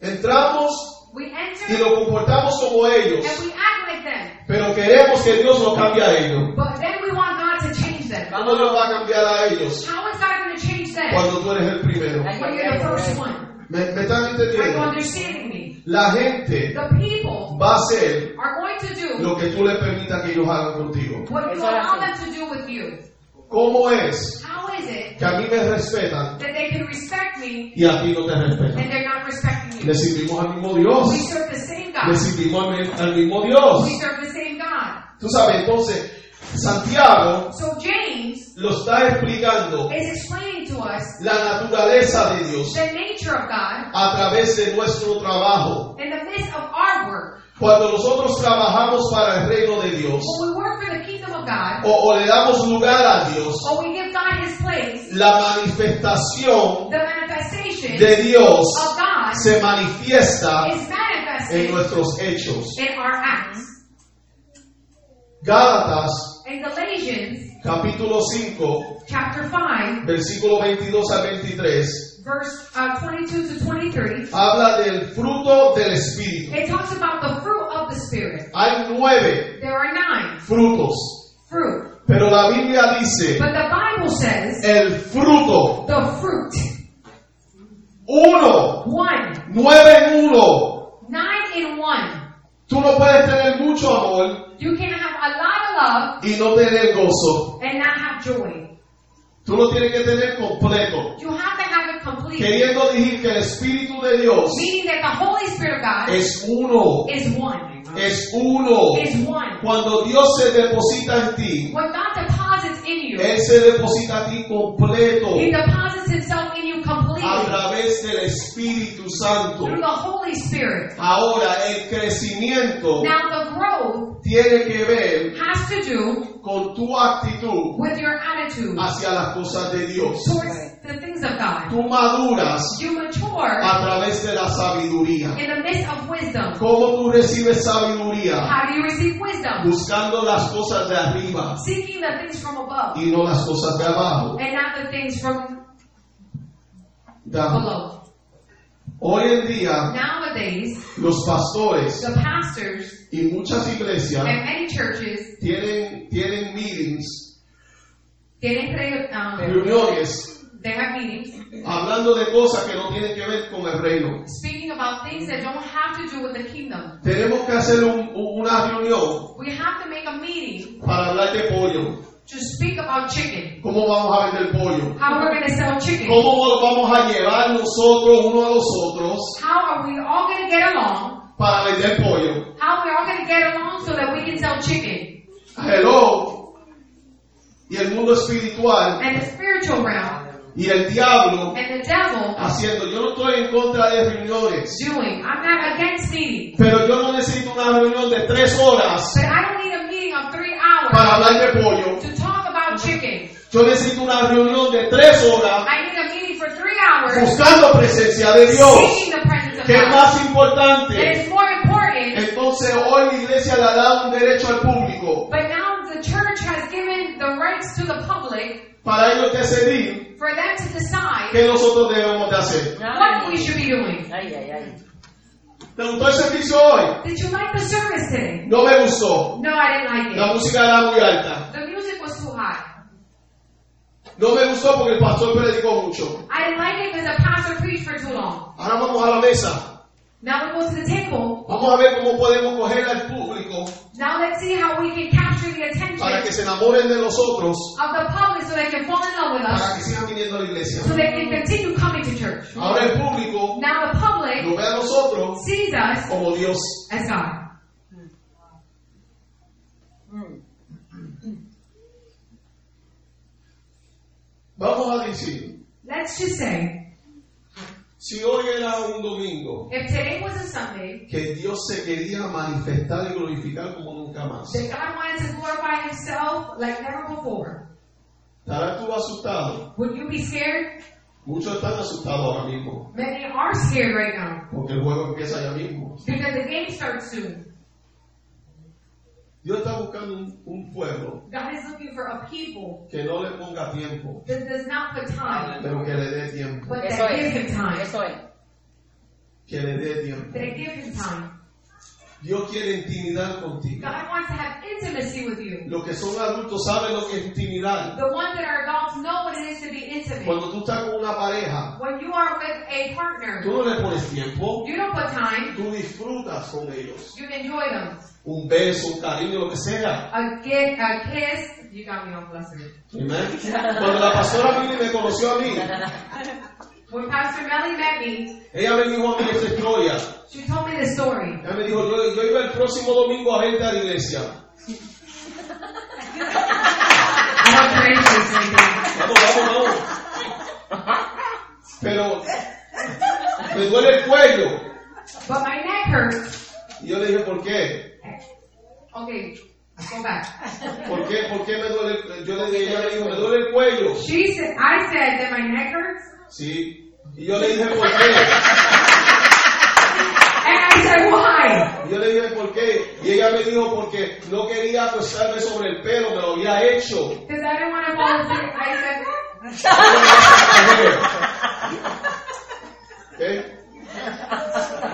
Speaker 1: Entramos
Speaker 2: We enter
Speaker 1: y lo comportamos como ellos.
Speaker 2: and we act like them.
Speaker 1: Pero queremos que Dios nos cambie a ellos.
Speaker 2: But then we want God to change them.
Speaker 1: ¿Cómo Dios va a cambiar a ellos
Speaker 2: How is God going to change them
Speaker 1: cuando tú eres el primero?
Speaker 2: when you're the first one?
Speaker 1: ¿Me, me están
Speaker 2: Are you
Speaker 1: entendiendo?
Speaker 2: understanding me?
Speaker 1: La gente
Speaker 2: The people
Speaker 1: va a hacer
Speaker 2: are going to do
Speaker 1: lo que tú le permitas que ellos hagan contigo.
Speaker 2: what you allow them to do with you.
Speaker 1: ¿Cómo es
Speaker 2: How is it
Speaker 1: que a mí me respetan
Speaker 2: that they can respect me
Speaker 1: y a ti no te respetan?
Speaker 2: and they're not respecting
Speaker 1: Le
Speaker 2: you?
Speaker 1: servimos al mismo
Speaker 2: We
Speaker 1: Dios.
Speaker 2: serve the same
Speaker 1: Le
Speaker 2: God.
Speaker 1: servimos al, mi- al mismo Dios.
Speaker 2: We serve the same God.
Speaker 1: Tú sabes, entonces, Santiago
Speaker 2: So James
Speaker 1: lo está explicando
Speaker 2: is explaining to us
Speaker 1: la naturaleza de Dios
Speaker 2: the nature of God
Speaker 1: a través de nuestro trabajo.
Speaker 2: in the midst of our work.
Speaker 1: Cuando nosotros trabajamos para el reino de Dios
Speaker 2: When we work for the kingdom of God,
Speaker 1: o, o le damos lugar a Dios,
Speaker 2: or we give God his place,
Speaker 1: la manifestación
Speaker 2: the manifestation
Speaker 1: de Dios
Speaker 2: of God is
Speaker 1: se manifiesta en
Speaker 2: manifested
Speaker 1: nuestros hechos.
Speaker 2: in our acts.
Speaker 1: Gálatas
Speaker 2: In Galatians
Speaker 1: capítulo 5,
Speaker 2: chapter 5,
Speaker 1: versículo 22 al 23,
Speaker 2: verse uh, 22 to 23,
Speaker 1: habla del fruto del Espíritu.
Speaker 2: it talks about the fruit of the Spirit.
Speaker 1: Hay nueve
Speaker 2: There are nine
Speaker 1: frutos,
Speaker 2: fruit,
Speaker 1: pero la Biblia dice
Speaker 2: but the Bible says
Speaker 1: el fruto,
Speaker 2: the fruit
Speaker 1: uno,
Speaker 2: one,
Speaker 1: nueve en uno.
Speaker 2: nine in one.
Speaker 1: Tú no puedes tener mucho amor
Speaker 2: You can have a lot of
Speaker 1: y no tener gozo.
Speaker 2: love and not have joy.
Speaker 1: Tú lo tienes que tener completo.
Speaker 2: You have to have it complete,
Speaker 1: Queriendo decir que el Espíritu de Dios
Speaker 2: meaning that the Holy Spirit of God
Speaker 1: es uno,
Speaker 2: is one,
Speaker 1: es uno.
Speaker 2: is one.
Speaker 1: Cuando Dios se deposita en ti,
Speaker 2: When God deposits in you.
Speaker 1: Él se deposita a ti completo
Speaker 2: He deposits himself in you
Speaker 1: a
Speaker 2: completely
Speaker 1: través del Espíritu Santo.
Speaker 2: through the Holy Spirit.
Speaker 1: Ahora, el crecimiento
Speaker 2: Now, the growth
Speaker 1: tiene que ver
Speaker 2: has to do
Speaker 1: con tu actitud
Speaker 2: with your attitude
Speaker 1: hacia las cosas de Dios.
Speaker 2: towards the things of God.
Speaker 1: Tú maduras
Speaker 2: You mature
Speaker 1: a través de la sabiduría.
Speaker 2: in the midst of wisdom.
Speaker 1: ¿Cómo tú recibes sabiduría?
Speaker 2: How do you receive wisdom?
Speaker 1: Buscando las cosas de arriba
Speaker 2: Seeking the things from above
Speaker 1: y no las cosas de abajo.
Speaker 2: and not the things from
Speaker 1: De abajo.
Speaker 2: below.
Speaker 1: Hoy en día,
Speaker 2: Nowadays,
Speaker 1: los pastores
Speaker 2: the pastors
Speaker 1: y muchas iglesias
Speaker 2: and many churches
Speaker 1: tienen, tienen meetings,
Speaker 2: tienen tre- um,
Speaker 1: reuniones,
Speaker 2: they have meetings
Speaker 1: hablando de cosas que no tienen que ver con el reino.
Speaker 2: speaking about things that don't have to do with the kingdom.
Speaker 1: Tenemos que hacer un- un- una reunión
Speaker 2: We have to make a meeting
Speaker 1: para hablar de pollo.
Speaker 2: to speak about chicken.
Speaker 1: ¿Cómo vamos a vender pollo?
Speaker 2: How we're going to sell chicken.
Speaker 1: ¿Cómo lo vamos a llevar nosotros uno a los otros
Speaker 2: How are we all going to get along?
Speaker 1: para vender pollo?
Speaker 2: How we're all going to get along so that we can sell chicken.
Speaker 1: Hello. Y el mundo espiritual
Speaker 2: And the spiritual realm
Speaker 1: y el diablo
Speaker 2: and the devil
Speaker 1: haciendo. Yo no estoy en contra de reuniones,
Speaker 2: doing. I'm not against meetings,
Speaker 1: pero yo no necesito una reunión de tres horas
Speaker 2: but I don't need a meeting of three hours
Speaker 1: para hablar de pollo.
Speaker 2: to talk about chicken.
Speaker 1: Yo necesito una reunión de tres horas
Speaker 2: I need a meeting for three hours
Speaker 1: buscando presencia de Dios.
Speaker 2: seeking the presence of
Speaker 1: ¿Qué es
Speaker 2: God.
Speaker 1: más
Speaker 2: And
Speaker 1: importante?
Speaker 2: it's more important,
Speaker 1: Entonces hoy la iglesia le ha dado un derecho al público
Speaker 2: but now the church has given the rights to the public
Speaker 1: para ellos decidir
Speaker 2: for them to decide
Speaker 1: qué nosotros debemos de hacer.
Speaker 2: what we should be doing.
Speaker 4: Ay, ay, ay.
Speaker 1: ¿Te gustó el servicio hoy?
Speaker 2: Did you like the service today?
Speaker 1: No me gustó.
Speaker 2: No, I didn't like
Speaker 1: La música era muy alta.
Speaker 2: it. The music was too high.
Speaker 1: No me gustó porque el pastor predicó mucho.
Speaker 2: I didn't like it because the pastor preached for too long.
Speaker 1: Ahora vamos a la mesa.
Speaker 2: Now we go to the table.
Speaker 1: Vamos a ver cómo podemos coger al público
Speaker 2: Now let's see how we can capture the attention
Speaker 1: para que se enamoren de nosotros,
Speaker 2: of the public so they can fall in love with
Speaker 1: para
Speaker 2: us,
Speaker 1: que sigan viniendo a la iglesia.
Speaker 2: so they can continue coming to church.
Speaker 1: Ahora el público
Speaker 2: Now the public
Speaker 1: lo ve a nosotros
Speaker 2: sees us
Speaker 1: como Dios.
Speaker 2: as God.
Speaker 4: Mm.
Speaker 1: Vamos a decir,
Speaker 2: Let's just say,
Speaker 1: si hoy era un domingo
Speaker 2: if today was a Sunday,
Speaker 1: que Dios se quería manifestar y glorificar como nunca más,
Speaker 2: that God wanted to glorify Himself like never before,
Speaker 1: estarás tú asustado.
Speaker 2: would you be scared?
Speaker 1: Muchos están asustados ahora mismo
Speaker 2: Many are scared right now
Speaker 1: porque el juego empieza ya mismo.
Speaker 2: because the game starts soon.
Speaker 1: Dios está buscando un, un pueblo
Speaker 2: God is looking for a people
Speaker 1: que no le ponga tiempo,
Speaker 2: that does not put time,
Speaker 1: pero que le dé tiempo,
Speaker 2: but
Speaker 4: Eso
Speaker 2: that gives Him
Speaker 4: es.
Speaker 2: time.
Speaker 4: Eso es.
Speaker 1: que le dé tiempo.
Speaker 2: That give Him time.
Speaker 1: Dios quiere intimidar contigo.
Speaker 2: God wants to have intimacy with you.
Speaker 1: Los que son adultos saben lo que es intimidar.
Speaker 2: The ones that are adults know what it is to be intimate.
Speaker 1: Cuando tú estás con una pareja,
Speaker 2: When you are with a partner,
Speaker 1: tú no le pones tiempo,
Speaker 2: you don't put time,
Speaker 1: tú disfrutas con ellos.
Speaker 2: you enjoy them.
Speaker 1: Un beso, un cariño, lo que sea.
Speaker 2: A, get, a kiss, you got me on blessing.
Speaker 1: Amén. Cuando la pastora vino y me conoció a mí,
Speaker 2: When Pastor Melly met me,
Speaker 1: ella me dijo a mí esta historia.
Speaker 2: she told me the story.
Speaker 1: Ella me dijo, yo, yo iba el próximo domingo a verte a la iglesia.
Speaker 2: I'm gracious right now.
Speaker 1: Vamos, vamos, vamos. Pero me duele el cuello.
Speaker 2: But my neck hurts.
Speaker 1: Y yo le dije, ¿por qué?
Speaker 2: Okay, go back.
Speaker 1: ¿Por qué, por qué me duele? el- Yo le dije, ella me dijo, me duele el cuello.
Speaker 2: She said, I said that my neck hurts,
Speaker 1: Sí. Y yo le dije, ¿por qué?
Speaker 2: and I said, why?
Speaker 1: Y yo le dije, ¿por qué? Y ella me dijo, porque no quería acostarme sobre el pelo, me lo había hecho.
Speaker 2: Because I didn't want to fall asleep. I said,
Speaker 1: ¿Qué?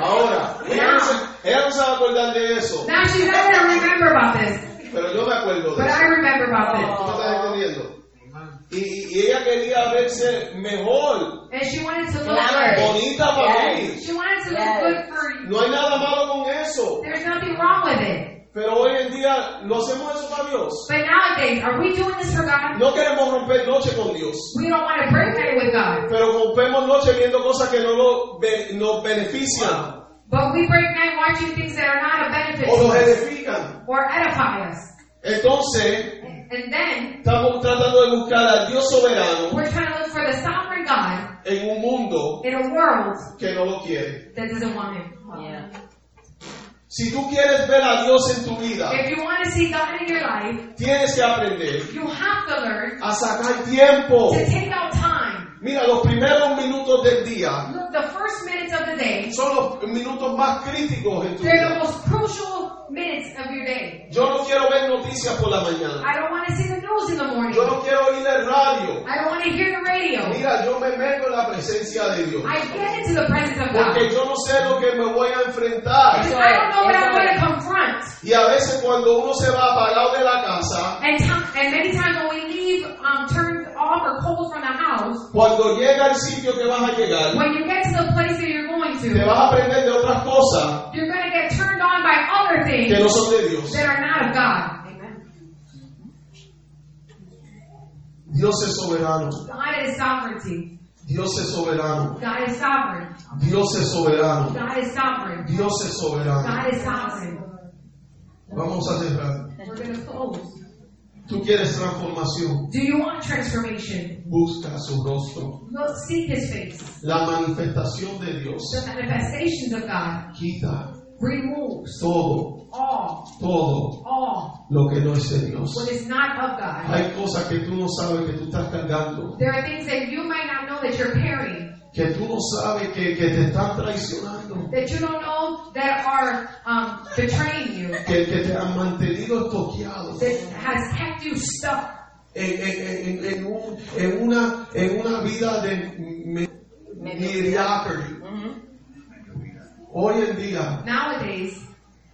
Speaker 1: Ahora, ella no, se, ella no se va a acordar de eso,
Speaker 2: now she's not going to remember about this,
Speaker 1: pero yo me acuerdo de
Speaker 2: but
Speaker 1: eso.
Speaker 2: I remember
Speaker 1: ¿Tú
Speaker 2: about
Speaker 1: me estás entendiendo?
Speaker 3: Amen.
Speaker 1: Y, y- y ella quería verse mejor,
Speaker 2: this. And she wanted to look
Speaker 4: Glamour.
Speaker 1: bonita para mí.
Speaker 2: good. She wanted to look
Speaker 4: Yes.
Speaker 2: good for you.
Speaker 1: No hay nada malo con eso.
Speaker 2: There's nothing wrong with it.
Speaker 1: Pero hoy en día no hacemos eso para Dios.
Speaker 2: But nowadays, are we doing this for God?
Speaker 1: No queremos romper noche con Dios.
Speaker 2: We don't want to break it with God.
Speaker 1: Pero rompemos noche viendo cosas que no nos, be- nos benefician
Speaker 2: But we break night watching things that are not a benefit
Speaker 1: o
Speaker 2: to
Speaker 1: nos
Speaker 2: us
Speaker 1: edifican.
Speaker 2: or edify us.
Speaker 1: Entonces,
Speaker 2: And then
Speaker 1: Estamos tratando de buscar al Dios soberano
Speaker 2: we're trying to look for the sovereign God
Speaker 1: en un mundo
Speaker 2: in a world
Speaker 1: que no lo quiere.
Speaker 2: that doesn't want him.
Speaker 4: Yeah.
Speaker 1: Si tú quieres ver a Dios en tu vida,
Speaker 2: If you want to see God in your life,
Speaker 1: tienes que aprender
Speaker 2: you have to learn
Speaker 1: a sacar tiempo.
Speaker 2: to take out time.
Speaker 1: Mira, los primeros minutos del día
Speaker 2: Look, the first minutes of the day,
Speaker 1: son los minutos más críticos en tu
Speaker 2: they're the
Speaker 1: vida.
Speaker 2: most crucial minutes of your day.
Speaker 1: Yo no quiero ver noticias por la mañana.
Speaker 2: I don't want to see the news in the morning.
Speaker 1: Yo no quiero oír el radio.
Speaker 2: I don't want to hear the radio.
Speaker 1: Mira, yo me meto en la presencia de Dios.
Speaker 2: I get into the presence of God.
Speaker 1: Porque yo no sé lo que me voy a enfrentar.
Speaker 2: Because I don't know what I'm going to confront.
Speaker 1: Y a veces cuando uno se va apagado de la casa,
Speaker 2: And, ti- and many times when we leave um, turned off or cold from the house,
Speaker 1: cuando llega al sitio que vas a llegar,
Speaker 2: when you get to the place that you're going to,
Speaker 1: te vas a aprender de otras cosas
Speaker 2: you're going to get turned on by other
Speaker 1: que
Speaker 2: things
Speaker 1: no son de Dios.
Speaker 2: that are not of God. Amen.
Speaker 1: Dios es soberano.
Speaker 2: God is sovereignty.
Speaker 1: Dios es soberano.
Speaker 2: God is sovereign.
Speaker 1: Dios es soberano.
Speaker 2: God is sovereign.
Speaker 1: Dios es soberano.
Speaker 2: God is sovereign.
Speaker 1: Vamos a cerrar.
Speaker 2: We're going to close.
Speaker 1: Tú quieres transformación.
Speaker 2: Do you want transformation?
Speaker 1: Busca su rostro.
Speaker 2: Look, seek His face.
Speaker 1: La manifestación de Dios
Speaker 2: The manifestations of God
Speaker 1: quita
Speaker 2: removes
Speaker 1: todo,
Speaker 2: all,
Speaker 1: todo
Speaker 2: all
Speaker 1: lo que no es de Dios.
Speaker 2: what is not of God.
Speaker 1: Hay cosas que tú no sabes que tú estás cargando,
Speaker 2: There are things that you might not know that you're carrying.
Speaker 1: que tú no sabes que, que te están traicionando,
Speaker 2: that you don't know that are um, betraying you,
Speaker 1: que, que te han mantenido estoqueado
Speaker 2: that has kept you stuck
Speaker 1: en, en- en- en un- en una, en una vida de me- mediocrity.
Speaker 4: Mhm.
Speaker 1: Hoy en día
Speaker 2: nowadays.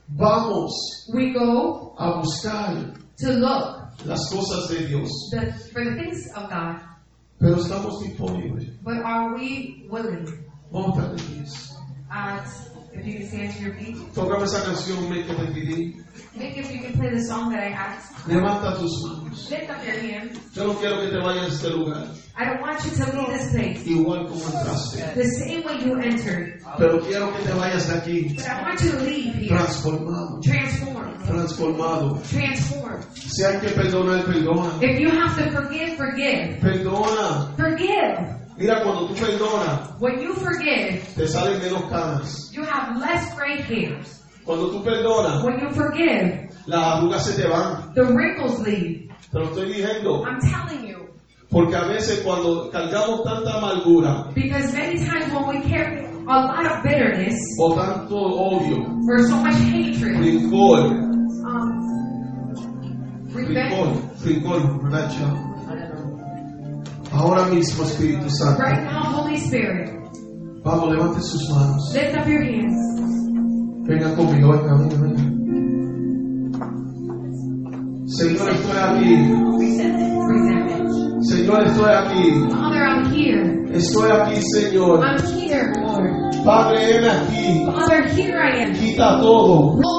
Speaker 1: vamos
Speaker 2: We go
Speaker 1: a buscar
Speaker 2: to look
Speaker 1: las cosas de Dios,
Speaker 2: the, for the things of God,
Speaker 1: pero estamos disponibles.
Speaker 2: but are we willing?
Speaker 1: Vamos a estar disponibles.
Speaker 2: Uh, if you can stand to your feet,
Speaker 1: Tócame esa canción me, que te pedí.
Speaker 2: Nick, if you can play the song that I asked,
Speaker 1: Levanta tus manos.
Speaker 2: lift up your hand.
Speaker 1: Yo no quiero que te vayas de este lugar
Speaker 2: I don't want you to leave this place
Speaker 1: igual como entraste.
Speaker 2: the same way you entered,
Speaker 1: Pero quiero que te vayas de aquí
Speaker 2: but I want you to leave here
Speaker 1: transformado.
Speaker 2: transformed,
Speaker 1: Transformado.
Speaker 2: transformed.
Speaker 1: Si hay que perdonar, perdona.
Speaker 2: If you have to forgive, forgive,
Speaker 1: Perdona.
Speaker 2: forgive.
Speaker 1: Mira, cuando tú perdonas,
Speaker 2: When you forgive,
Speaker 1: te salen menos canas.
Speaker 2: You have less gray hairs.
Speaker 1: Cuando tú perdonas,
Speaker 2: When you forgive,
Speaker 1: las arrugas se te van.
Speaker 2: the wrinkles leave.
Speaker 1: Te lo estoy diciendo.
Speaker 2: I'm telling you.
Speaker 1: Porque a veces cuando cargamos tanta amargura
Speaker 2: Because many times when we carry a lot of bitterness
Speaker 1: o tanto odio,
Speaker 2: or so much hatred,
Speaker 1: rincón,
Speaker 2: um, revenge,
Speaker 1: rincón, rincón, ¿verdad, chao? Ahora mismo, Espíritu Santo,
Speaker 2: right now, Holy Spirit,
Speaker 1: vamos, levante sus manos.
Speaker 2: lift up your hands.
Speaker 1: Venga conmigo, venga, venga, venga. Señor, estoy aquí.
Speaker 2: Resentment.
Speaker 1: Señor, estoy aquí.
Speaker 2: Father, I'm here.
Speaker 1: Estoy aquí, Señor.
Speaker 2: I'm here, Lord.
Speaker 1: Padre, ven aquí.
Speaker 2: Father, here I am.
Speaker 1: Quita todo.